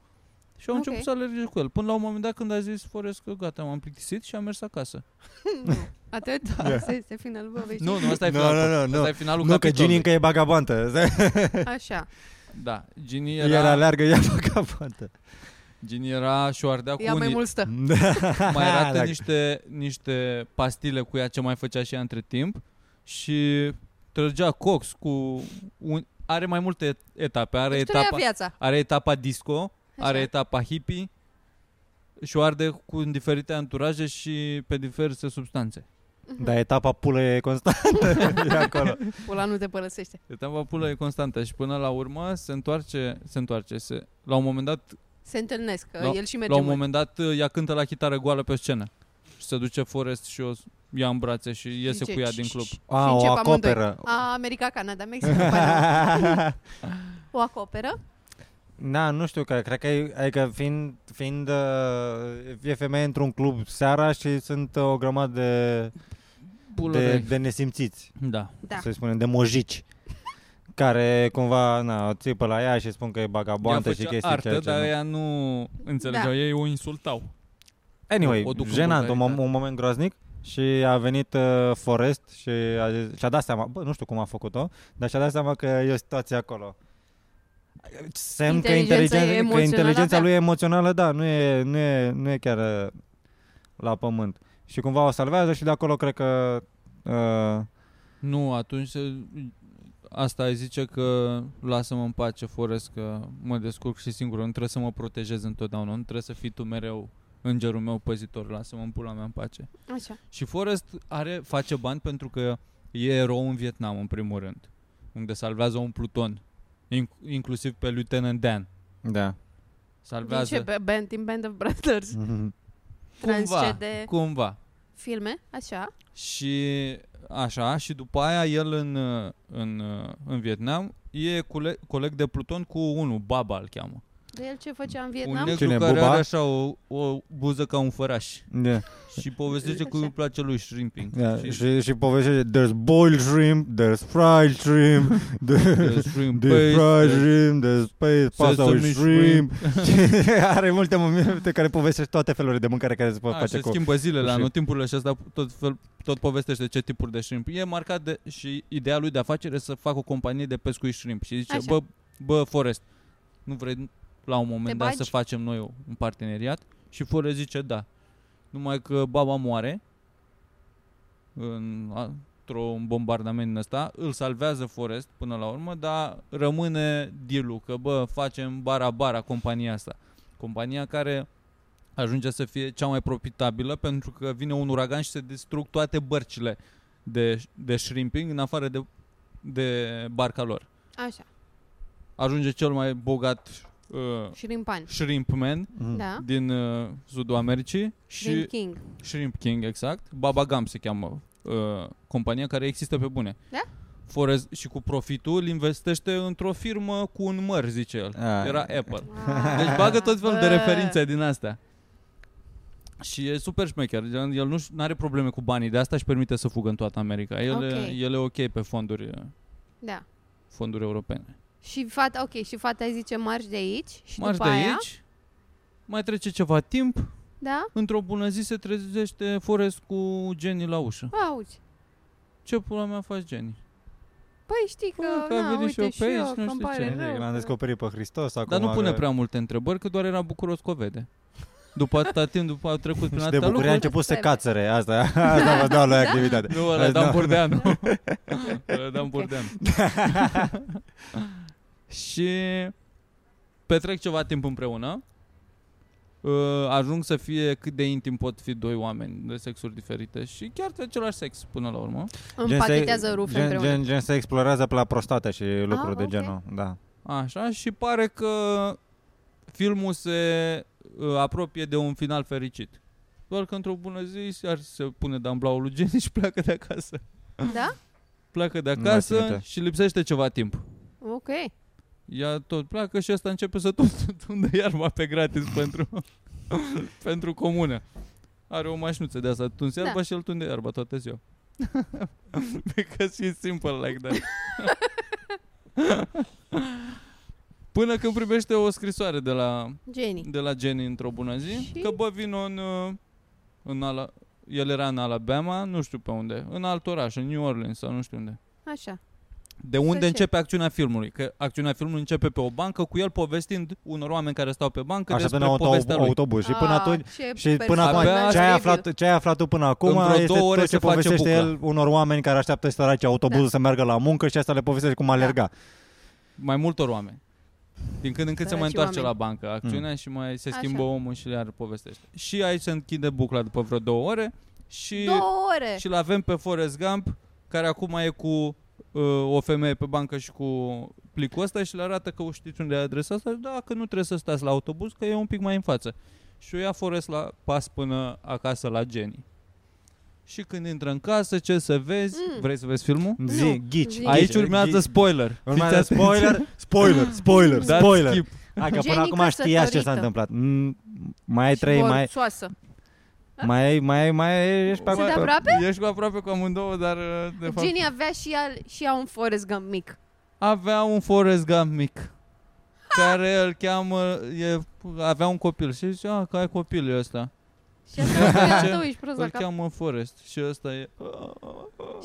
Și au
Ok.
început să alerge cu el. Până la un moment dat când a zis Forest că gata, m-am plictisit și am mers acasă.
Atât? Asta este finalul poveștii.
Da. Nu, nu, asta e
Nu,
finalul.
nu, nu,
Asta
nu.
e finalul
Nu, că Ginny
capitolului.
încă e bagabantă.
Așa.
Da, Ginny
Era... El
era, era,
alergă, ea bagabantă.
Ginny era și o ardea cu
Ia mai
unii.
mult stă.
Da. mai arată
Da. Dacă-
niște, niște pastile cu ea ce mai făcea și ea între timp și trăgea cox cu... Un, are mai multe etape. Are
Deci trăia
etapa,
viața.
are etapa disco,
Așa.
Are etapa hippie și o arde cu în diferite anturaje și pe diverse substanțe.
Da, etapa pulă e constantă. e acolo.
Pula nu te părăsește.
Etapa pulă e constantă și până la urmă se întoarce, se întoarce. Se, la un moment dat,
Se întâlnesc, că
La-
el și
la
merge
un
mult.
moment dat ea cântă la chitară goală pe scenă. Și se duce Forest și o s- ia în brațe și iese
zice,
cu ea
"Ci,
din
ci,
club.
ci."
A, o
încep amândoi.
acoperă.
A, America, Canada, Mexic, Panama. O acoperă?
Da, nu știu, că cred că e, adică fiind, fiind uh, e femeie într-un club seara și sunt uh, o grămadă de,
Pulă
de,
de...
de nesimțiți,
Da.
Da.
să spunem, de mojici, care cumva na, țipă la ea și spun că e
Ea
bagaboantă și
făcea
chestii
artă,
ceea ce
dar
nu.
ea nu înțelegeau,
Da.
ei o insultau.
Anyway,
o duc în da.
jenant, un, mom-
vulgaritate.
un moment groaznic și a venit uh, Forest și a, zis- și-a dat seama, bă, nu știu cum a făcut-o, dar și-a dat seama că e o situație acolo. Semn că,
Inteligența e
inteligen- că
emoțională
inteligența
avea.
lui e emoțională, da, nu e, nu e, nu e chiar uh, la pământ. Și cumva o salvează și de acolo cred că... Uh,
Nu, atunci se- asta îi zice că lasă-mă în pace, Forest, că mă descurc și singur. Nu trebuie să mă protejez întotdeauna, nu trebuie să fii tu mereu îngerul meu păzitor, lasă-mă în pula mea în pace.
Așa.
Și Forest are, face bani pentru că e erou în Vietnam, în primul rând, unde salvează un pluton, inc- inclusiv pe Lieutenant Dan.
da.
Din ce?
Salvează
Ba- Band, din Band of Brothers.
Mm-hmm.
cumva,
Transcede
cumva.
filme, așa.
Și așa, și după aia el în, uh, în, uh, în Vietnam e cole- coleg de pluton cu unul, Baba îl cheamă.
De el ce făcea în
Un
Vietnam?
negru
Cine,
care
Buba?
are așa o, o buză ca un făraș
Da.
și povestește cum
Așa.
îi place lui shrimping.
da.
Și-
Și, și povestește, there's boiled shrimp, there's fried shrimp,
The
there's
shrimp
Deep fried
paste,
shrimp, the space păi, pasta with
sesame
shrimp. Are multe momente care povestește toate felurile de mâncare care se pot
A, se
face cu...
schimbă zilele,
cu shrimp.
anotimpurile și asta tot, fel, tot povestește ce tipuri de shrimp. E marcat de, și ideea lui de afacere e să facă o companie de pescuit shrimp. Și zice,
Așa.
bă, bă, Forest, nu vrei la un moment dat
bagi?
să facem noi un parteneriat? Și Forest zice, da. Numai că baba moare în, a- într-un bombardament din ăsta, îl salvează Forest până la urmă, dar rămâne deal că bă, facem bara-bara compania asta. Compania care ajunge să fie cea mai profitabilă pentru că vine un uragan și se distrug toate bărcile de, de shrimping în afară de, de barca lor.
Așa.
Ajunge cel mai bogat uh,
Și rimpani.
shrimpman
Mm.
Da.
din uh, sudul Americii și
Din King.
Shrimp King, exact. Baba Gump se cheamă uh, compania care există pe bune.
Da?
forez- și cu profitul îl investește într-o firmă cu un măr, zice el.
A.
Era Apple. Deci bagă tot felul de
Bă.
referințe din astea. Și e super șmecher. Gen, El nu are probleme cu banii, de asta își permite să fugă în toată America. El,
Ok.
okay. el e ok pe fonduri,
Da.
fonduri europene.
Și fata, ok, și fata îi zice marci de aici și
Marci de
după aia,
aici, mai trece ceva timp,
da?
într-o bună zi se trezește Forest cu Jenny la ușă.
Auzi.
Ce pula mea faci, Jenny?
Păi știi că,
Bă, că a
na,
venit și
uite
eu
și
pe aici,
eu,
nu
că îmi
știu
pare
ce.
rău.
L-am descoperit pe Hristos acum.
Dar nu pune
că-
prea multe întrebări, că doar era bucuros că o vede. După atâta timp, după au trecut prin
Și de
atâta
bucurie a
lucruri...
început să cațăre. Asta, asta vă dau la activitate.
Nu, ăla
Da,
Dan
da.
Bordeanu. Ăla Dan Bordeanu. Și petrec ceva timp împreună. Uh, Ajung să fie cât de intim pot fi doi oameni de sexuri diferite și chiar de același sex până la urmă.
Împachetează rufe
gen,
împreună.
gen, gen, se explorează pe la prostată și lucruri
Ah,
de
ok.
genul. Da.
Așa, și pare că filmul se uh, apropie de un final fericit. Doar că într-o bună zi iar se pune Dan Blau lui Jenny și pleacă de acasă.
Da?
Pleacă de
Nu mai țin
acasă
minte.
și lipsește ceva timp.
Ok.
Ea tot pleacă și ăsta începe să tun- tundă iarba pe gratis pentru, pentru comună. Are o mașinuță de asta, tuns iarba
Da.
da. și el tunde iarba toată ziua. Because it's simple like that. Până când primește o scrisoare de la,
Jenny.
de la Jenny într-o bună zi,
Și?
că bă, vin în, uh, în Ala, el era în Alabama, nu știu pe unde, în alt oraș, în New Orleans sau nu știu unde.
Așa.
De unde
ce?
începe acțiunea filmului? Că acțiunea filmului începe pe o bancă cu el povestind unor oameni care stau pe bancă
Așa
despre
până auto,
povestea lui.
autobuz. Și până
Ah,
atunci
ce
și până
personaj
acum,
Abia
ce ai,
review.
aflat, ce ai aflat tu până acum
În vreo
este
două ore
tot ce
se face
povestește
bucla.
el unor oameni care așteaptă săraci
Da.
autobuzul să meargă la muncă și asta le povestește cum alerga.
Mai multor oameni. Din când în când se
Săraci
mai întoarce
oameni.
la bancă acțiunea și mai se
Așa.
schimbă omul și le povestește. Și aici se închide bucla după vreo două ore și,
Două ore.
și l-avem pe Forrest Gump care acum e cu uh, o femeie pe bancă și cu plicul ăsta și le arată că știți unde e adresa asta și da, că nu trebuie să stați la autobuz, că e un pic mai în față. Și o ia Forrest la pas până acasă la Jenny. Și când intră în casă, ce să vezi?
Mm.
Mm. Vrei să vezi filmul?
Zi, ghici.
Zi.
Aici
ghici,
urmează
ghici.
spoiler.
Urmează
Fiți atenți.
spoiler, spoiler, spoiler,
Dați
spoiler.
skip.
Hai că până
Jenny
acum știați ce s-a
căsătorită.
întâmplat. Mm, Mai ai
Și
trei, mai
borțoasă.
mai ai- mai ai- mai ai- ești pe
Sunt
acolo.
aproape?
Ești cu aproape cu amândouă, dar uh, de fapt
Jenny avea și ea, și ea un Forrest Gump mic.
avea un Forrest Gump mic care îl cheamă, e, avea un copil și zice, ah, că ai copil e ăsta.
Și asta
Ce?
tu ești prost la
Îl
cap.
cheamă Forrest și ăsta e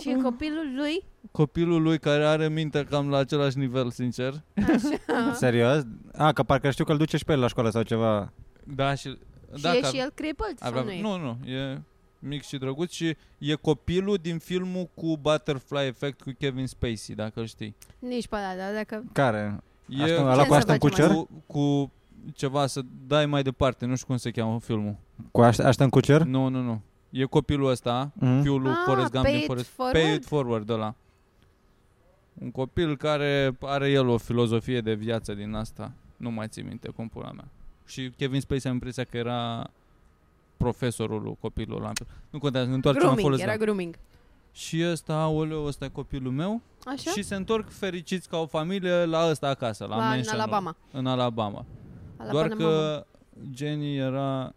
Și copilul lui,
copilul lui care are mintea cam la același nivel, sincer. Ah.
așa,
Serios? A, că parcă știu că îl duce și pe el la școală sau ceva.
Da, și...
și
da,
e
că
și el crippled
avea,
sau nu e?
nu, nu, e mic și drăguț și e copilul din filmul cu Butterfly Effect cu Kevin Spacey, dacă îl știi.
Nici pe ăla, dar dacă...
Care?
E
Asta-
Ce
Ăla cu
să
Ashton
facem
Kutcher?
cu, cu ceva să dai mai departe, nu știu cum se cheamă filmul.
Cu Ashton Ashton Kutcher?
Nu, nu, nu. E copilul ăsta,
Mhm.
fiul lui
Ah,
Forrest Gump
Pay
din
It
Forrest
Forward?
Pay It Forward ăla. Un copil care are el o filozofie de viață din asta. Nu mai țin minte cum pula mea. Și Kevin Spacey am impresia că era profesorul lui copilul ăla. Nu contează, ne întoarcem la
Grooming,
Forrest
era
Gump.
grooming.
Și ăsta, aoleu, ăsta e copilul meu.
Așa?
Și se întorc fericiți ca o familie la ăsta acasă, la,
La- în
mansion-ul,
Alabama.
În Alabama.
Ala
Doar
până mamă.
că Jenny era,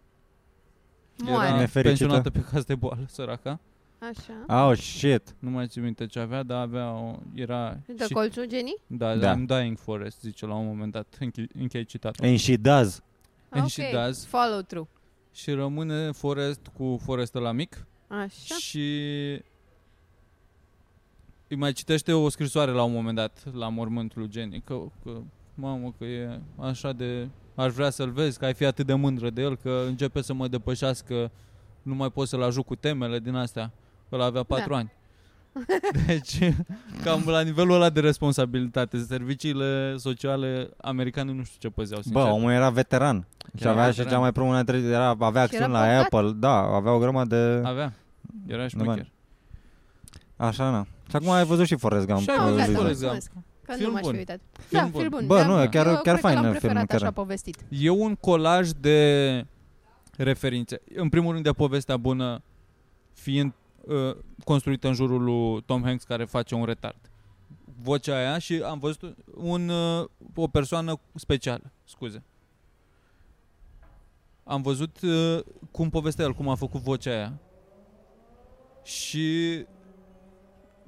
Moare.
era
Nefericită.
pensionată pe caz de boală, săraca.
Așa.
Oh, shit.
Nu mai țin minte ce avea, dar avea o, era...
De
Ah, și,
colțul Jenny?
da,
Da.
da, I'm dying forest, zice la un moment dat, închei, închei citatul.
And she does.
And she
Ok,
does.
follow through.
Și rămâne forest cu forest la mic
Așa.
și îi mai citește o scrisoare la un moment dat la mormântul lui Jenny că, că mamă că e așa de aș vrea să-l vezi că ai fi atât de mândră de el că începe să mă depășească nu mai pot să-l ajut cu temele din astea el avea patru
Da.
ani deci cam la nivelul ăla de responsabilitate serviciile sociale americane nu știu ce păzeau
Bă,
sincer.
omul era veteran. Și
Chiar
avea
era
și cea
veteran.
mai prună dintre- era avea acțiuni la
bogat.
Apple, da, avea o grămadă de
avea era
De bani.
șmecher
așa, na. Și acum ai văzut și Forrest Gump.
Și ai
uh,
văzut
Liza.
Forrest
Forrest
Gump. Că nu
Film
m-aș fi
bun.
uitat.
Film
da, film
bun.
bun.
Bă,
Da,
nu, e chiar-
eu
chiar
cred că
fain
l-am
în
preferat
filmul
așa
care-
povestit.
E un colaj de referințe. În primul rând de povestea bună fiind uh, construită în jurul lui Tom Hanks care face un retard. vocea aia și am văzut un, uh, o persoană specială, scuze. Am văzut uh, cum povestea el, cum a făcut vocea aia. Și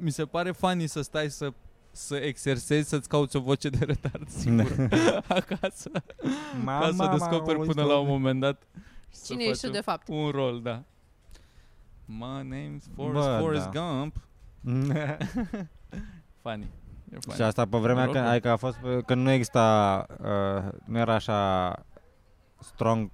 mi se pare funny să stai să să exersezi, să-ți cauți o voce de retard singur acasă,
Mama,
ca să o descoperi până la un moment dat. și să
Cine ești tu
faci
de fapt?
un rol, da. My name's Forrest,
Bă,
Forrest
da.
Gump.
moment.
Funny. E funny.
Și asta pe vremea
Mă rog,
când,
da.
adică a fost, pe- când nu exista, uh, nu era așa strong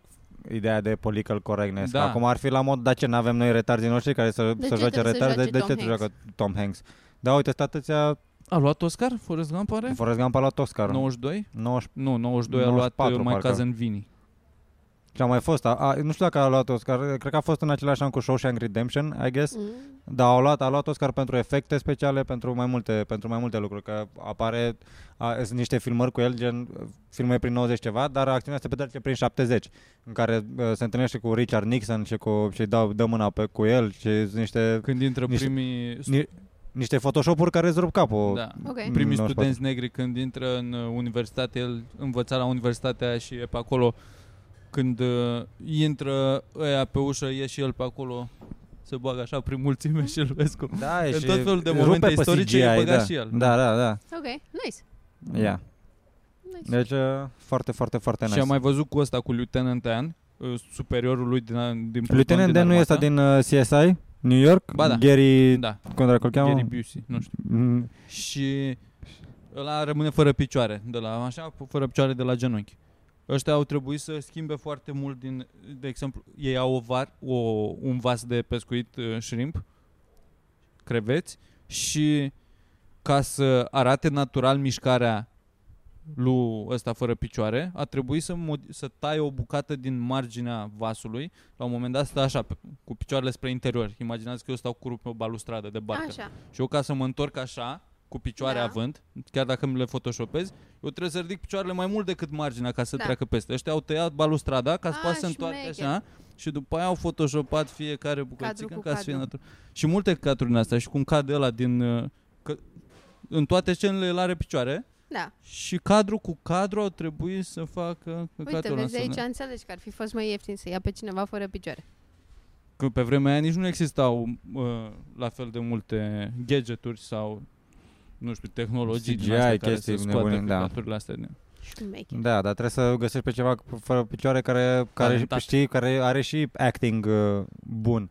ideea de political correctness.
Da.
Da. Acum ar fi la mod, da ce, n-avem noi retarzi noștri care să,
De
să
ce
joace
trebuie să
retarzi, de, de
joace Tom
ce te
Hanks?
joacă Tom Hanks? Da, uite, statăția,
A luat Oscar Forrest Gump,
Păi.
are?
Forrest Gump a luat Oscar.
92?
90.
Nu, 92 a luat
94
uh, My
parcă.
Cousin Vinny.
Ce a mai fost, a, a, nu știu dacă a luat Oscar, cred că a fost în același an cu Shawshank Redemption, I guess.
Mm.
Da, a luat, a luat Oscar pentru efecte speciale, pentru mai multe, pentru mai multe lucruri, că apare, a, sunt niște filmări cu el, gen uh, filme prin 90 ceva, dar acțiunea se petrece prin 70, în care uh, se întâlnește cu Richard Nixon și cu și dau dă mâna pe cu el și sunt niște
Când intră
Niște-
primii...
ni, niște photoshop-uri care îți rup capul.
Da.
Ok.
Mm,
Primii
94.
studenți negri când intră în uh, universitate, el învăța la universitatea aia și e pe acolo. Când uh, intră ăia pe ușă, e și el pe acolo, se bagă așa prin mulțime și îl vezi cum
Da, e
În
și
tot felul de
rupe
momente
pe
istorice
CGI,
e băgat
da.
și el.
Da, da, da.
Ok, nice.
Ia. Yeah.
nice.
Deci uh, foarte, foarte, foarte
Și
nice.
am mai văzut cu ăsta, cu Lieutenant Dan, uh, superiorul lui din, din pluton
Lieutenant Dan nu
armată.
e ăsta din uh, CSI? New York?
Ba da.
Gary,
Da,
cum dracu îl cheamă?
Gary Busey, nu știu.
Mm,
Și ăla rămâne fără picioare, de la așa, fără picioare de la genunchi. Ăștia au trebuit să schimbe foarte mult din, de exemplu, ei au o var, o, un vas de pescuit uh, shrimp, creveți, și ca să arate natural mișcarea lui ăsta fără picioare, a trebuit să, mod- să tai o bucată din marginea vasului. La un moment dat stă așa, pe- cu picioarele spre interior. Imaginați că eu stau cu pe o balustradă de barcă.
Așa.
Și eu ca să mă întorc așa, cu picioare da.
Da.
având, chiar dacă mi le photoshopez, eu trebuie să ridic picioarele mai mult decât marginea ca să da.
Da.
treacă peste. Ăștia au tăiat balustrada ca să
A,
poată să întoarcă
șmecher.
așa și după aia au photoshopat fiecare bucățică
cu
ca să fie
cadru.
natural. Și multe caturi din astea și cum cade ăla din... uh, Că în toate scenele el are picioare
Da.
și cadru cu cadru au trebuit să facă
Uite,
căcatul
vezi, aici
ăla.
înțelegi că ar fi fost mai ieftin să ia pe cineva fără picioare.
Că pe vremea aia nici nu existau uh, la fel de multe gadgeturi sau nu știu, tehnologii din
CGI,
astea care
chestii
să scoată
nebune, da.
picaturile astea din
Șmecher.
Da, dar trebuie să găsești pe ceva cu- fără picioare care, care
Talentat.
știi, care are și acting uh, bun.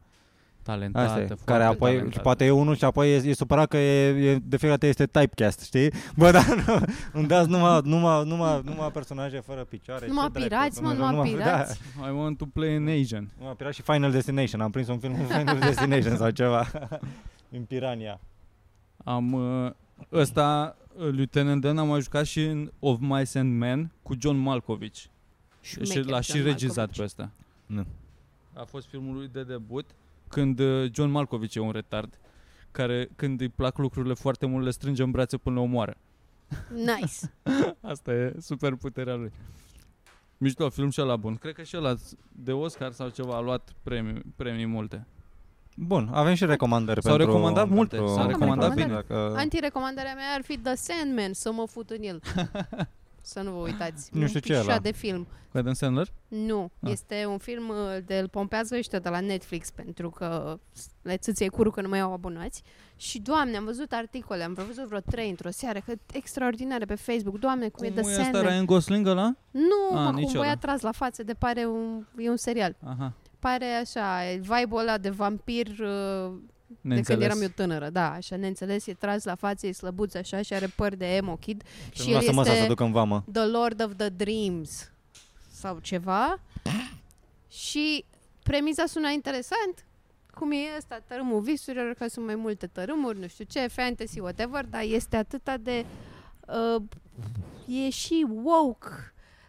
talentată,
Asta e,
Da, foarte
care apoi,
talentată.
și poate e unul și apoi e, e supărat că e, e, de fiecare dată este typecast, știi? Bă, dar nu, îmi dați numai, numai, numai, numai personaje fără picioare.
Numai
ce dracu,
pirați, mă,
Dumnezeu,
numai
Da,
pirați.
I want to play an Asian.
numai pirați și Final Destination. Am prins un film cu Final Destination sau ceva. În Pirania.
Am uh, ăsta uh, Lieutenant Dan am mai jucat și în Of Mice and Men cu John Malkovich. și
Șmecher,
l-a și
John
regizat
Malkovich.
pe ăsta.
Nu.
A fost filmul lui de debut când uh, John Malkovich e un retard care când îi plac lucrurile foarte mult le strânge în brațe până le omoară.
Nice.
Asta e super puterea lui. Mișto, film și la bun. Cred că și ăla de Oscar sau ceva a luat premii, premii multe.
Bun, avem și recomandări
S-au
pentru...
recomandat multe,
pentru-
s-au
recomandat
pentru-
bine.
dacă-
Antirecomandarea mea ar fi The Sandman, să mă fut în el. Să nu vă uitați.
Nu
Un
știu ce e
pișa
ăla.
de film.
Cu Adam Sandler?
Nu,
Ah.
ah. este un film uh, de îl pompează ăștia de la Netflix pentru că le țâție curul că nu mai au abonați. Și, doamne, am văzut articole, am văzut vreo trei într-o seară, că extraordinare pe Facebook. Doamne, cum, e The
e ăsta
Sandman.
Ryan Gosling ăla?
Nu,
A,
mă,
nici
cum
ăla.
băiat tras la față, de pare un, e un serial.
Aha,
Pare așa, e vibe-ul ăla de vampir uh, de când
neînțeles.
eram eu tânără, da, așa, neînțeles, e tras la față, e slăbuț așa și are păr de emo kid și el
Lasă-mă să se
este
duc în vamă.
The Lord of the Dreams sau ceva și premiza sună interesant, cum e ăsta, tărâmul visurilor, că sunt mai multe tărâmuri, nu știu ce, fantasy, whatever, dar este atâta de... Uh, e și woke,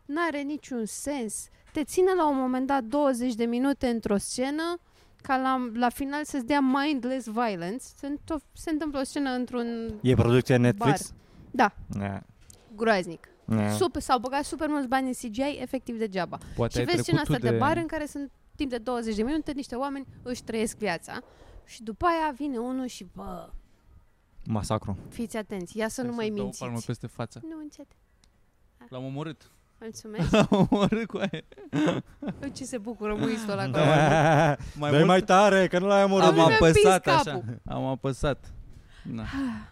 n-are niciun sens. Te ține la un moment dat 20 de minute într-o scenă ca la, la final să-ți dea mindless violence. Se, întâmpl- se întâmplă o scenă într-un
E producție Netflix?
Da.
Ne,
groaznic.
ne.
Mm.
Super, s-au băgat super mulți bani în CGI, efectiv degeaba.
Poate
și
ai trecut
vezi scena asta
tu
de... de bar în care sunt timp de 20 de minute niște oameni își trăiesc viața și după aia vine unul și bă,
Masacru.
Fiți atenți, ia să nu mai
Să-mi dau o palmă
mințiți.
peste față.
Nu încet.
L-am omorât.
Mulțumesc.
L-am omorât cu aia.
Uite Ce se bucură muistul ăla acolo.
Mai,
Mai
Dă-i
mult-
mai tare, că nu l-ai omorât.
Am
Am
Da. apăsat
împins
așa.
capul.
Am apăsat. Na.
Ah.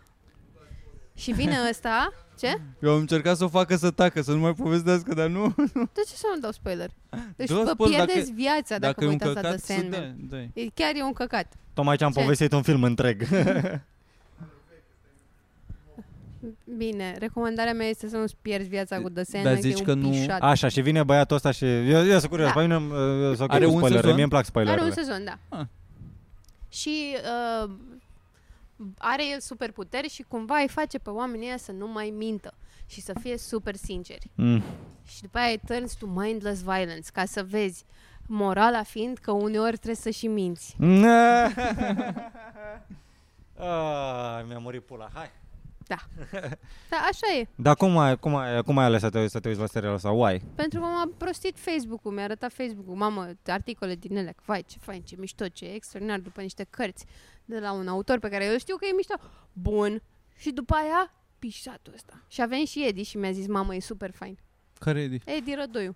Și vine ăsta. Ce?
Eu am încercat să o facă să tacă, să nu mai povestească, dar nu.
De ce să nu dau spoiler? Deci
Dă-o
vă
spoiler, dacă-
pierdeți viața dacă, vă uitați la The
să
Sandman.
dai.
E chiar e un căcat.
Tocmai ce am
Ce?
povestit un film întreg.
Bine, recomandarea mea este să nu-ți pierzi viața cu The Sandman,
Dar
că
zici
e
că
un
nu-
pișat.
Așa, și vine băiatul ăsta și... Eu, eu sunt curios,
Da.
pe mine uh, eu sunt
Are
curios
un
spoilere,
sezon?
mie îmi plac spoilerele.
Are un sezon, da.
Ah.
Și uh, are el superputeri și cumva îi face pe oamenii ăia să nu mai mintă și să fie super sinceri.
Mm.
Și după aia turns to mindless violence ca să vezi morala fiind că uneori trebuie să și minți.
Ah, mi-a murit pula, hai.
Dar așa e.
Dar cum ai, cum ai, cum ai ales să te, uiți- să te uiți la serialul ăsta? Why?
Pentru că m-a prostit Facebook-ul, mi-a arătat Facebook-ul, mamă, articole din ele, vai, ce fain, ce mișto, ce extraordinar, după niște cărți de la un autor pe care eu știu că e mișto, bun, și după aia, pișatul ăsta. Și a venit și Edi și mi-a zis, mamă, e super fain.
Care e Edi?
Edi Rădoiu.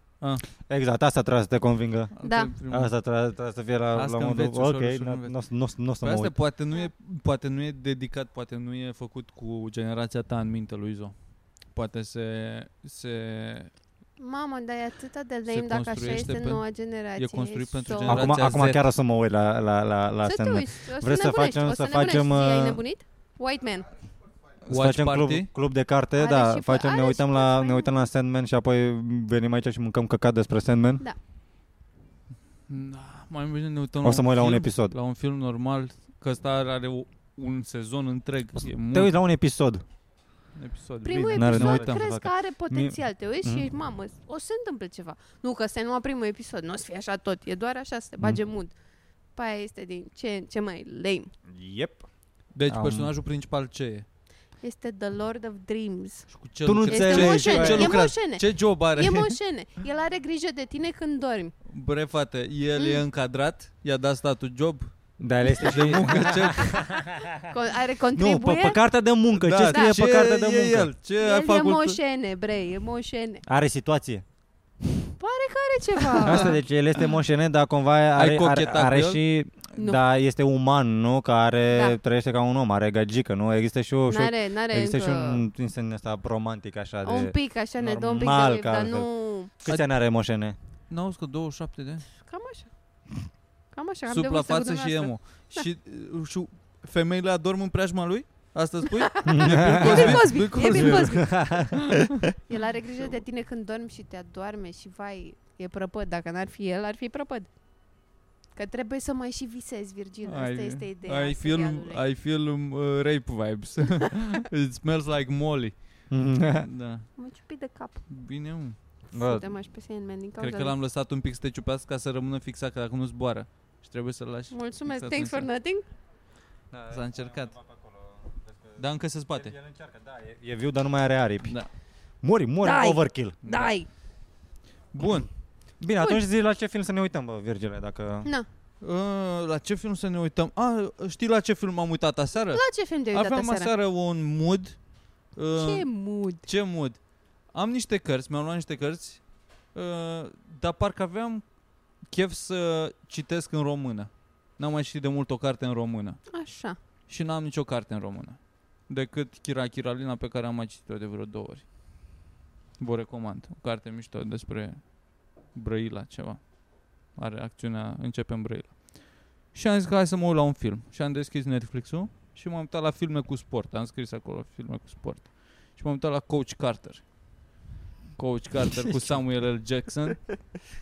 Exact, asta trebuie să te convingă.
Da.
Asta e primul.
Asta trebuie, trebuie să fie la,
Las
la
că
modul...
înveți ușor,
Ok,
ușor
na-
înveți.
nu o să- nu o să- nu o să
Păi
mă
asta
uit.
poate nu, e, poate nu e dedicat, poate nu e făcut cu generația ta în minte, lui Zo. Poate se, se
Mamă, dar e atâta de lame dacă așa
construiește
este
pe-
noua generație.
e construit pentru
so-
generația
Acum, acum
Z.
chiar o să mă uit la, la, la, la
Să te
Sandman.
uiți, o să
Vreți să
nebunești,
facem-
o să,
să facem,
nebunești. Zi,
uh,
ai nebunit? White Man.
Să
watch
facem club,
party.
club de carte,
Are
da,
și-
facem,
are
ne
și
uităm, la,
Pathfinder.
ne uităm la Sandman și apoi venim aici și mâncăm căcat despre Sandman.
Da, mai bine ne uităm
O să mă uit la un
film,
episod.
La un film normal, că ăsta are o, un sezon întreg. E
Te uiți
mult
la un episod.
episod.
Primul
Bine, n-are-
episod
n-are
uităm.
să
crezi
facă.
că are potențial, te uiți și
Mhm.
ești, mamă, o să se întâmple ceva. Nu, că ăsta e numai primul episod, nu o să fie așa tot, e doar așa, să te bage
Mm.
mood. Pe aia este din ce, ce mai lame.
Yep.
Deci
Am-
personajul principal ce e?
Este The Lord of Dreams.
Și cu ce
Tu nu
lucrează?
Este
înțelegi,
moșene,
băi.
ce
e
lucrează?
moșene.
Ce job are?
E moșene. El are grijă de tine când dormi.
Bre, fată, el e
Mm.
încadrat, i-a dat statul job,
Dar el este și...
muncă ce...
Co- Are
Nu, pe,
contribuie.
pe cartea de muncă, ce scrie
Da, ce
pe cartea de
e
muncă?
el? Ce a
el e
făcut?
moșene, bre, e moșene.
Are situație.
Are ceva.
Asta, deci el este moșenet, dar cumva are, are,
cochetat
are
cu el?
și...
Nu.
Da, este uman, nu? Care
Da.
da. trăiește ca un om, are gagică, nu? Există și, o, și, o-
N-are, n-are
există și
încă...
un instant ăsta romantic așa de...
Un pic, așa, ne dă un pic de
normal
wave,
că
dar
altfel.
nu...
Câți ani are moșene?
N-auzi că 27 de ani?
Cam așa. Cam așa, cam
Sub
de
la
vârstă cu
față și
dumneavoastră. Da.
emo. Și, uh, și femeile adorm în preajma lui? Asta spui?
E Bill Cosby,
Bill
e Bill
Cosby.
Cosby. El are grijă de tine când dormi și te adorme și vai, e prăpăd. Dacă n-ar fi el, ar fi prăpăd. Că trebuie să mai și visezi, Virgil. Asta este ideea
I feel,
serialului.
I feel um, uh, rape vibes. It smells like molly.
Mm-hmm.
da.
M-a ciupit de cap.
Bine, mă.
Bă,
Putem aș pe Sandman din cauza
Cred că
lui.
l-am lăsat un pic să te ciupească ca să rămână fixat, că dacă nu zboară. Și trebuie să-l lași.
Mulțumesc,
Exact,
thanks for
exact.
nothing.
S-a încercat. Dar încă se spate.
El încearcă, da, e, e viu, dar nu mai are aripi.
Da.
Mori, mori,
Dai.
overkill.
Dai!
Bun.
Bine, atunci zi la ce film să ne uităm, bă, Virgile, dacă...
Na,
Uh, la ce film să ne uităm? Ah, știi la ce film m-am uitat aseară?
la ce film te-ai uitat
Aveam
aseară?
aseară un mood. Uh,
Ce mood!
Ce mood? Am niște cărți, mi-am luat niște cărți, uh, dar parcă aveam chef să citesc în română. N-am mai citit de mult o carte în română.
Așa.
Și n-am nicio carte în română. Decât Chira Chiralina pe care am mai citit-o de vreo două ori. Vă recomand. O carte mișto despre Brăila ceva. Are acțiunea Începe în Brăila. Și am zis că hai să mă uit la un film. Și am deschis Netflix-ul și m-am uitat la filme cu sport. Am scris acolo filme cu sport. Și m-am uitat la Coach Carter. Coach Carter cu Samuel L. Jackson.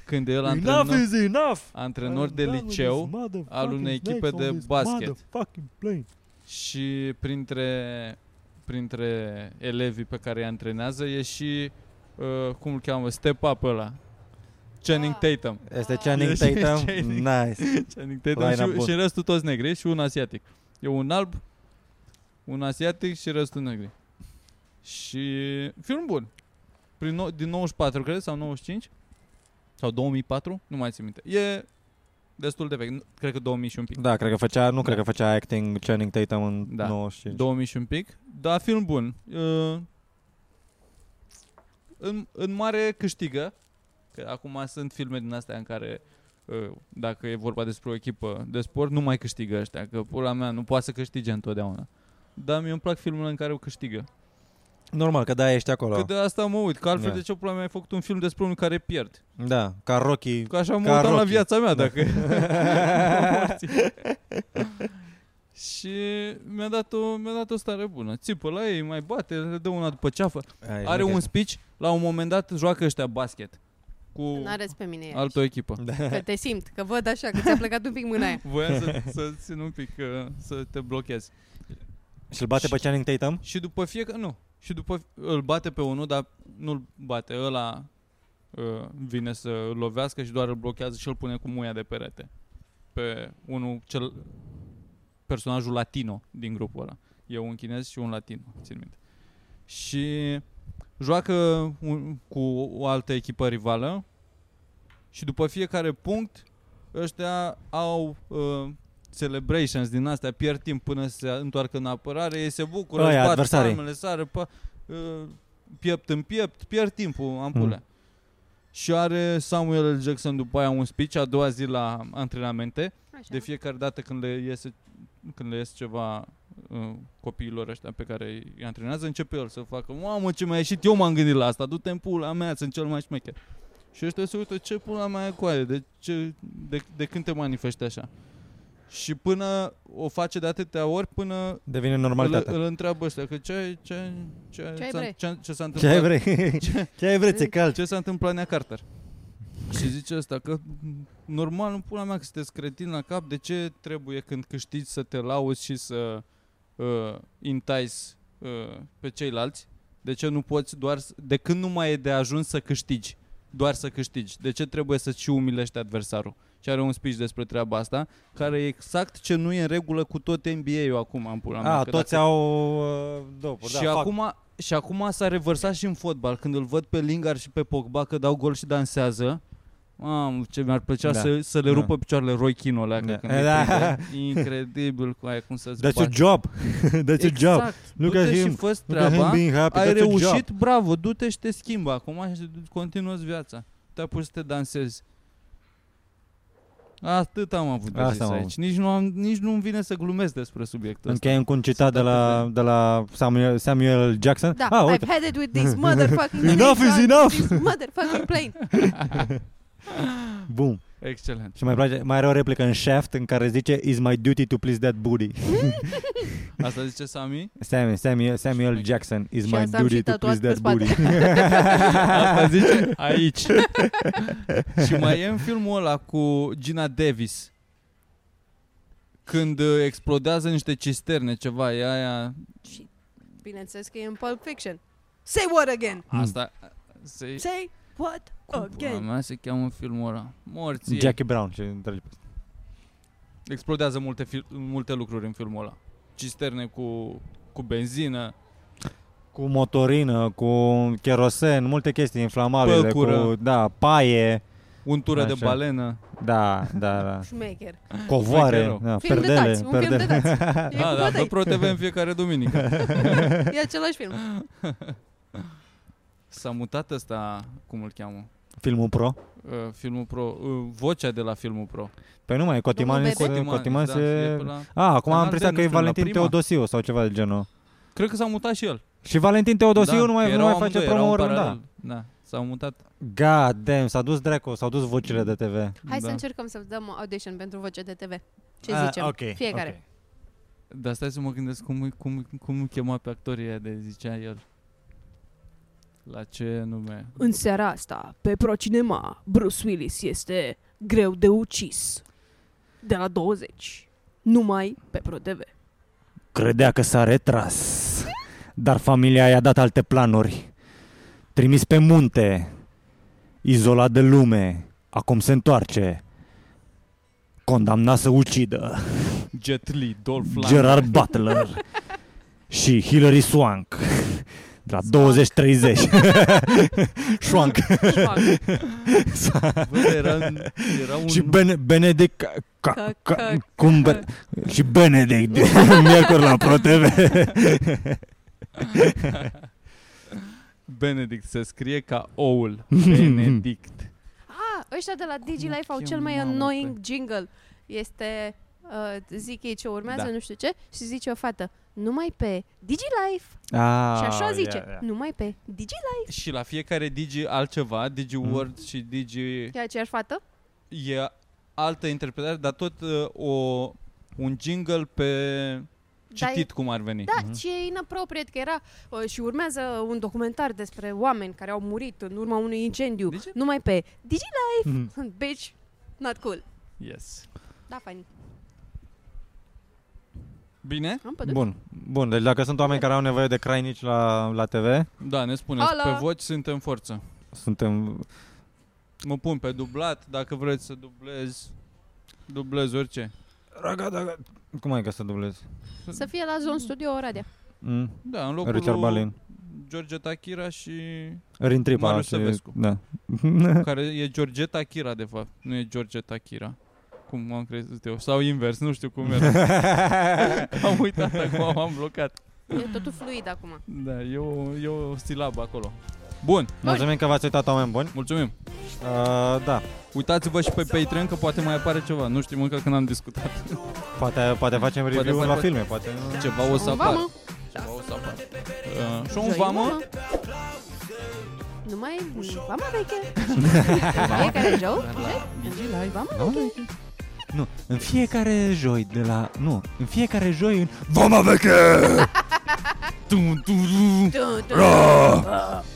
Când el antrenor,
is enough!
antrenor de liceu al unei echipe de basket. Și printre, printre elevii pe care îi antrenează e și, uh, cum îl cheamă, Step Up ăla. Channing
Ah.
Tatum.
Este Channing
Deci,
Tatum,
Channing.
nice.
Channing Tatum
Line-up
și,
bun.
și în restul toți negri. E Și un asiatic. E un alb, un asiatic și restul negri. Și film bun. Prin nou, din 94, cred, sau 95? Sau 2004? Nu mai țin minte. E destul de vechi, cred că 2000 și un pic.
Da, cred că făcea, nu cred că făcea acting Channing Tatum în
Da.
95.
2000 și un pic, dar film bun. Uh, în, în mare câștigă, că acum sunt filme din astea în care uh, dacă e vorba despre o echipă de sport, nu mai câștigă ăștia, că pula mea nu poate să câștige întotdeauna. Dar mie îmi plac filmele în care o câștigă.
Normal, că da, ești acolo.
Că de asta mă uit, că altfel
Da.
de ce pula mea ai făcut un film despre unul care pierd?
Da, ca Rocky.
Că așa mă
Ca
uitam la
Rocky.
viața mea,
Da.
dacă... și mi-a dat, o, mi-a dat o stare bună. Țipă la ei, mai bate, le dă una după ceafă.
Ai,
Are un
șmecher.
speech, la un moment dat joacă ăștia basket cu
N-arăți pe mine iarăși.
altă echipă.
Că te simt, că văd așa, că ți-a plecat un pic mâna aia.
Voiam să, să țin un pic, uh, să te blochezi.
Și-l bate pe Channing Tatum?
Și după fiecare, nu, și după îl bate pe unul, dar nu-l bate, ăla uh, vine să îl lovească și doar îl blochează și îl pune cu muia de perete. Pe unul, cel, personajul latino din grupul ăla. E un chinez și un latino, țin minte. Și joacă un, cu o altă echipă rivală și după fiecare punct ăștia au uh, celebrations din astea, pierd timp până se întoarcă în apărare, ei se bucură,
Ăia,
își bat
adversarii.
palmele, sară, pă, uh, piept în piept, pierd timpul, ampule. Mm. Și are Samuel L. Jackson după aia un speech a doua zi la antrenamente
Așa.
de fiecare dată când le iese, când le iese ceva uh, copiilor ăștia pe care îi antrenează, începe el să facă Mamă, ce mi-a ieșit, eu m-am gândit la asta, du-te în pula mea, sunt cel mai șmecher. Și ăștia se uită, ce pula mea e cu aia, de, ce, de, de când te manifesti așa? Și până o face de atâtea ori, până
Devine
îl,
normalitatea.
îl întreabă ăștia că ce, ce, ce,
Ce ai
s-a-
vrei?
ce, ce s-a
Ce ai
întâmplat
vrei? Ce ai vrei, ți cald?
ce s-a întâmplat Nea Carter. Și zice asta că m, normal, în pula mea că sunteți cretin la cap, de ce trebuie când câștigi să te lauzi și să uh, intais uh, pe ceilalți? De ce nu poți doar, s- de când nu mai e de ajuns să câștigi? Doar să câștigi. De ce trebuie să și umilești adversarul? Și are un speech despre treaba asta, care e exact ce nu e în regulă cu tot NBA-ul acum, în pula mea.
A,
că
Ah, toți
dacă-
au uh, dopuri,
și,
da, fac.
acum, și acum s-a revărsat și în fotbal. Când îl văd pe Lingard și pe Pogba că dau gol și dansează, Mamă, ce mi-ar plăcea
Da.
da. să, să le
Da.
rupă picioarele Roy Kino alea,
Da.
da. când da.
Da.
Incredibil cu aia, cum să-ți
That's your
bagi.
job. That's your job.
Exact.
Look
Du-te
at
și
him.
fă
Look at him
treaba.
being happy.
Ai
That's your job.
reușit, bravo, du-te și te schimbă acum și continuă viața. Te apuci să te dansezi. Atât am avut de
Asta
zis
am avut.
aici. Nici nu, am, nici nu-mi vine să glumesc despre subiectul ăsta.
Încheiem cu un citat de la, de la Samuel, Samuel L. Jackson.
Da,
ah,
I've
uite.
had it with this motherfucking
Enough is
plane.
enough.
This motherfucking plane.
Bum.
Excelent.
Și mai, place, mai are o replică în Shaft în care zice Is my duty to please that booty.
Asta zice Sami?
Sam, Samuel, Samuel Jackson Is
Și
my
asta am
duty
și
to
tatuat
please
pe
that
spate.
booty.
Asta zice aici. și mai e în filmul ăla cu Gina Davis. Când uh, explodează niște cisterne, ceva, e aia...
Și bineînțeles că e în Pulp Fiction. Say what again?
Asta... Se...
Say what
Cum pula
again?
mea se cheamă filmul ăla? Morții.
Jackie Brown. Și întregi pe-
Explodează multe, fil- multe lucruri în filmul ăla. Cisterne cu, cu benzină,
Cu motorină, cu kerosen, multe chestii inflamabile.
Păcură.
Cu, da, paie.
untură Așa. de
Așa.
balenă.
Da, da, da.
Șmecher.
Mai
Covoare,
greu.
da,
Film de
perdele,
tați, un film
perdele.
de tați. E
Da,
cu
da,
bătăi.
pe ProTV în fiecare duminică.
E același film.
S-a mutat ăsta, cum îl cheamă?
Filmul pro.
Uh, filmul Pro, uh, vocea de la filmul Pro.
Păi nu mai, Cotiman,
Bebe?
Cotiman, Cotiman
da, e
se...
pe la...
A, Ah, acum am
Canal
impresia
D,
că
nu
e
știu, la
Valentin
prima.
Teodosiu sau ceva de genul.
Cred că s-a mutat și el.
Și Valentin Teodosiu nu
că
mai, nu mai
Da, erau
face
amândoi,
promo
erau în
ori, da.
paralel. Da, s-au mutat.
God damn, s-a dus dracu, s-au dus vocile de TV.
Hai
da.
să încercăm să dăm audition pentru voce de TV. Ce
Ah,
zicem?
ok,
Fiecare.
ok.
Dar stai să mă gândesc cum, îi- cum, cum îi chema pe actorii aia de zicea el. La ce nume?
În seara asta, pe ProCinema, Bruce Willis este greu de ucis. De la 20. Numai pe ProTV.
Credea că s-a retras, dar familia i-a dat alte planuri. Trimis pe munte, izolat de lume, acum se întoarce. Condamnat să ucidă.
Jet Li, Dolph Lundgren.
Gerard Butler și Hilary Swank.
De la 20-30. Șoanc.
Șoac.
Bă, era, era un...
și Bene, Benedict ca, ca,
Ca-
ca,
ca-
cum
ca.
be, și Benedict miercuri la ProTV.
Benedict, se scrie ca oul. Benedict.
Ah, ăștia de la DigiLife au
o
cel mai
cheamă,
annoying jingle. Este, uh, zic ei ce urmează,
Da.
nu știu ce, și zice o fată, numai pe DigiLife.
Ah,
și așa zice,
yeah, yeah.
numai pe DigiLife.
și la fiecare Digi altceva, Digi
Mm.
Word și Digi...
E aceeași fată?
E altă interpretare, dar tot uh, o, un jingle pe
Dar e-
citit cum ar veni.
Da, și e inappropriate că era uh, și urmează un documentar despre oameni care au murit în urma unui incendiu,
De ce?
numai pe DigiLife.
Mhm.
Bitch, not cool.
Yes.
Da, fain.
Bine?
Am pădut.
Bun, bun. Deci dacă sunt oameni care au nevoie de crainici la, la TV,
Da, ne spuneți.
Alo.
Pe voci suntem forță.
suntem...
Mă pun pe dublat, dacă vreți să dublez, dublez orice.
Raga, raga. Cum ai ca să dublezi?
Să fie la Zon Studio Oradea.
Mm?
Da, în locul
Richard
lui
Balin.
George Tachira și...
Rin Tripa.
Marius
și-
Sevescu.
Da.
care e George Tachira, de fapt. Nu e George Tachira. Cum am crezut eu. Sau invers, nu știu cum era. am uitat acum, am blocat.
E totul fluid acum.
Da, e o, e o silabă acolo. Bun,
Mulțumim că v-ați uitat, oameni buni.
mulțumim.
Uh, da,
Uitați-vă și pe Patreon că poate mai apare ceva. Nu știm încă când am discutat.
poate, poate facem review
fac-
la
poate-
filme, poate...
Ceva o să
Cumva,
apară.
mă.
Ceva o să apară. Uh, și un
Zăi,
vamă.
mă. Numai vama veche. Fiecare joc? Vama veche.
Nu, în fiecare joi de la... Nu, în fiecare joi în...
Vama veche!
Tu, tu.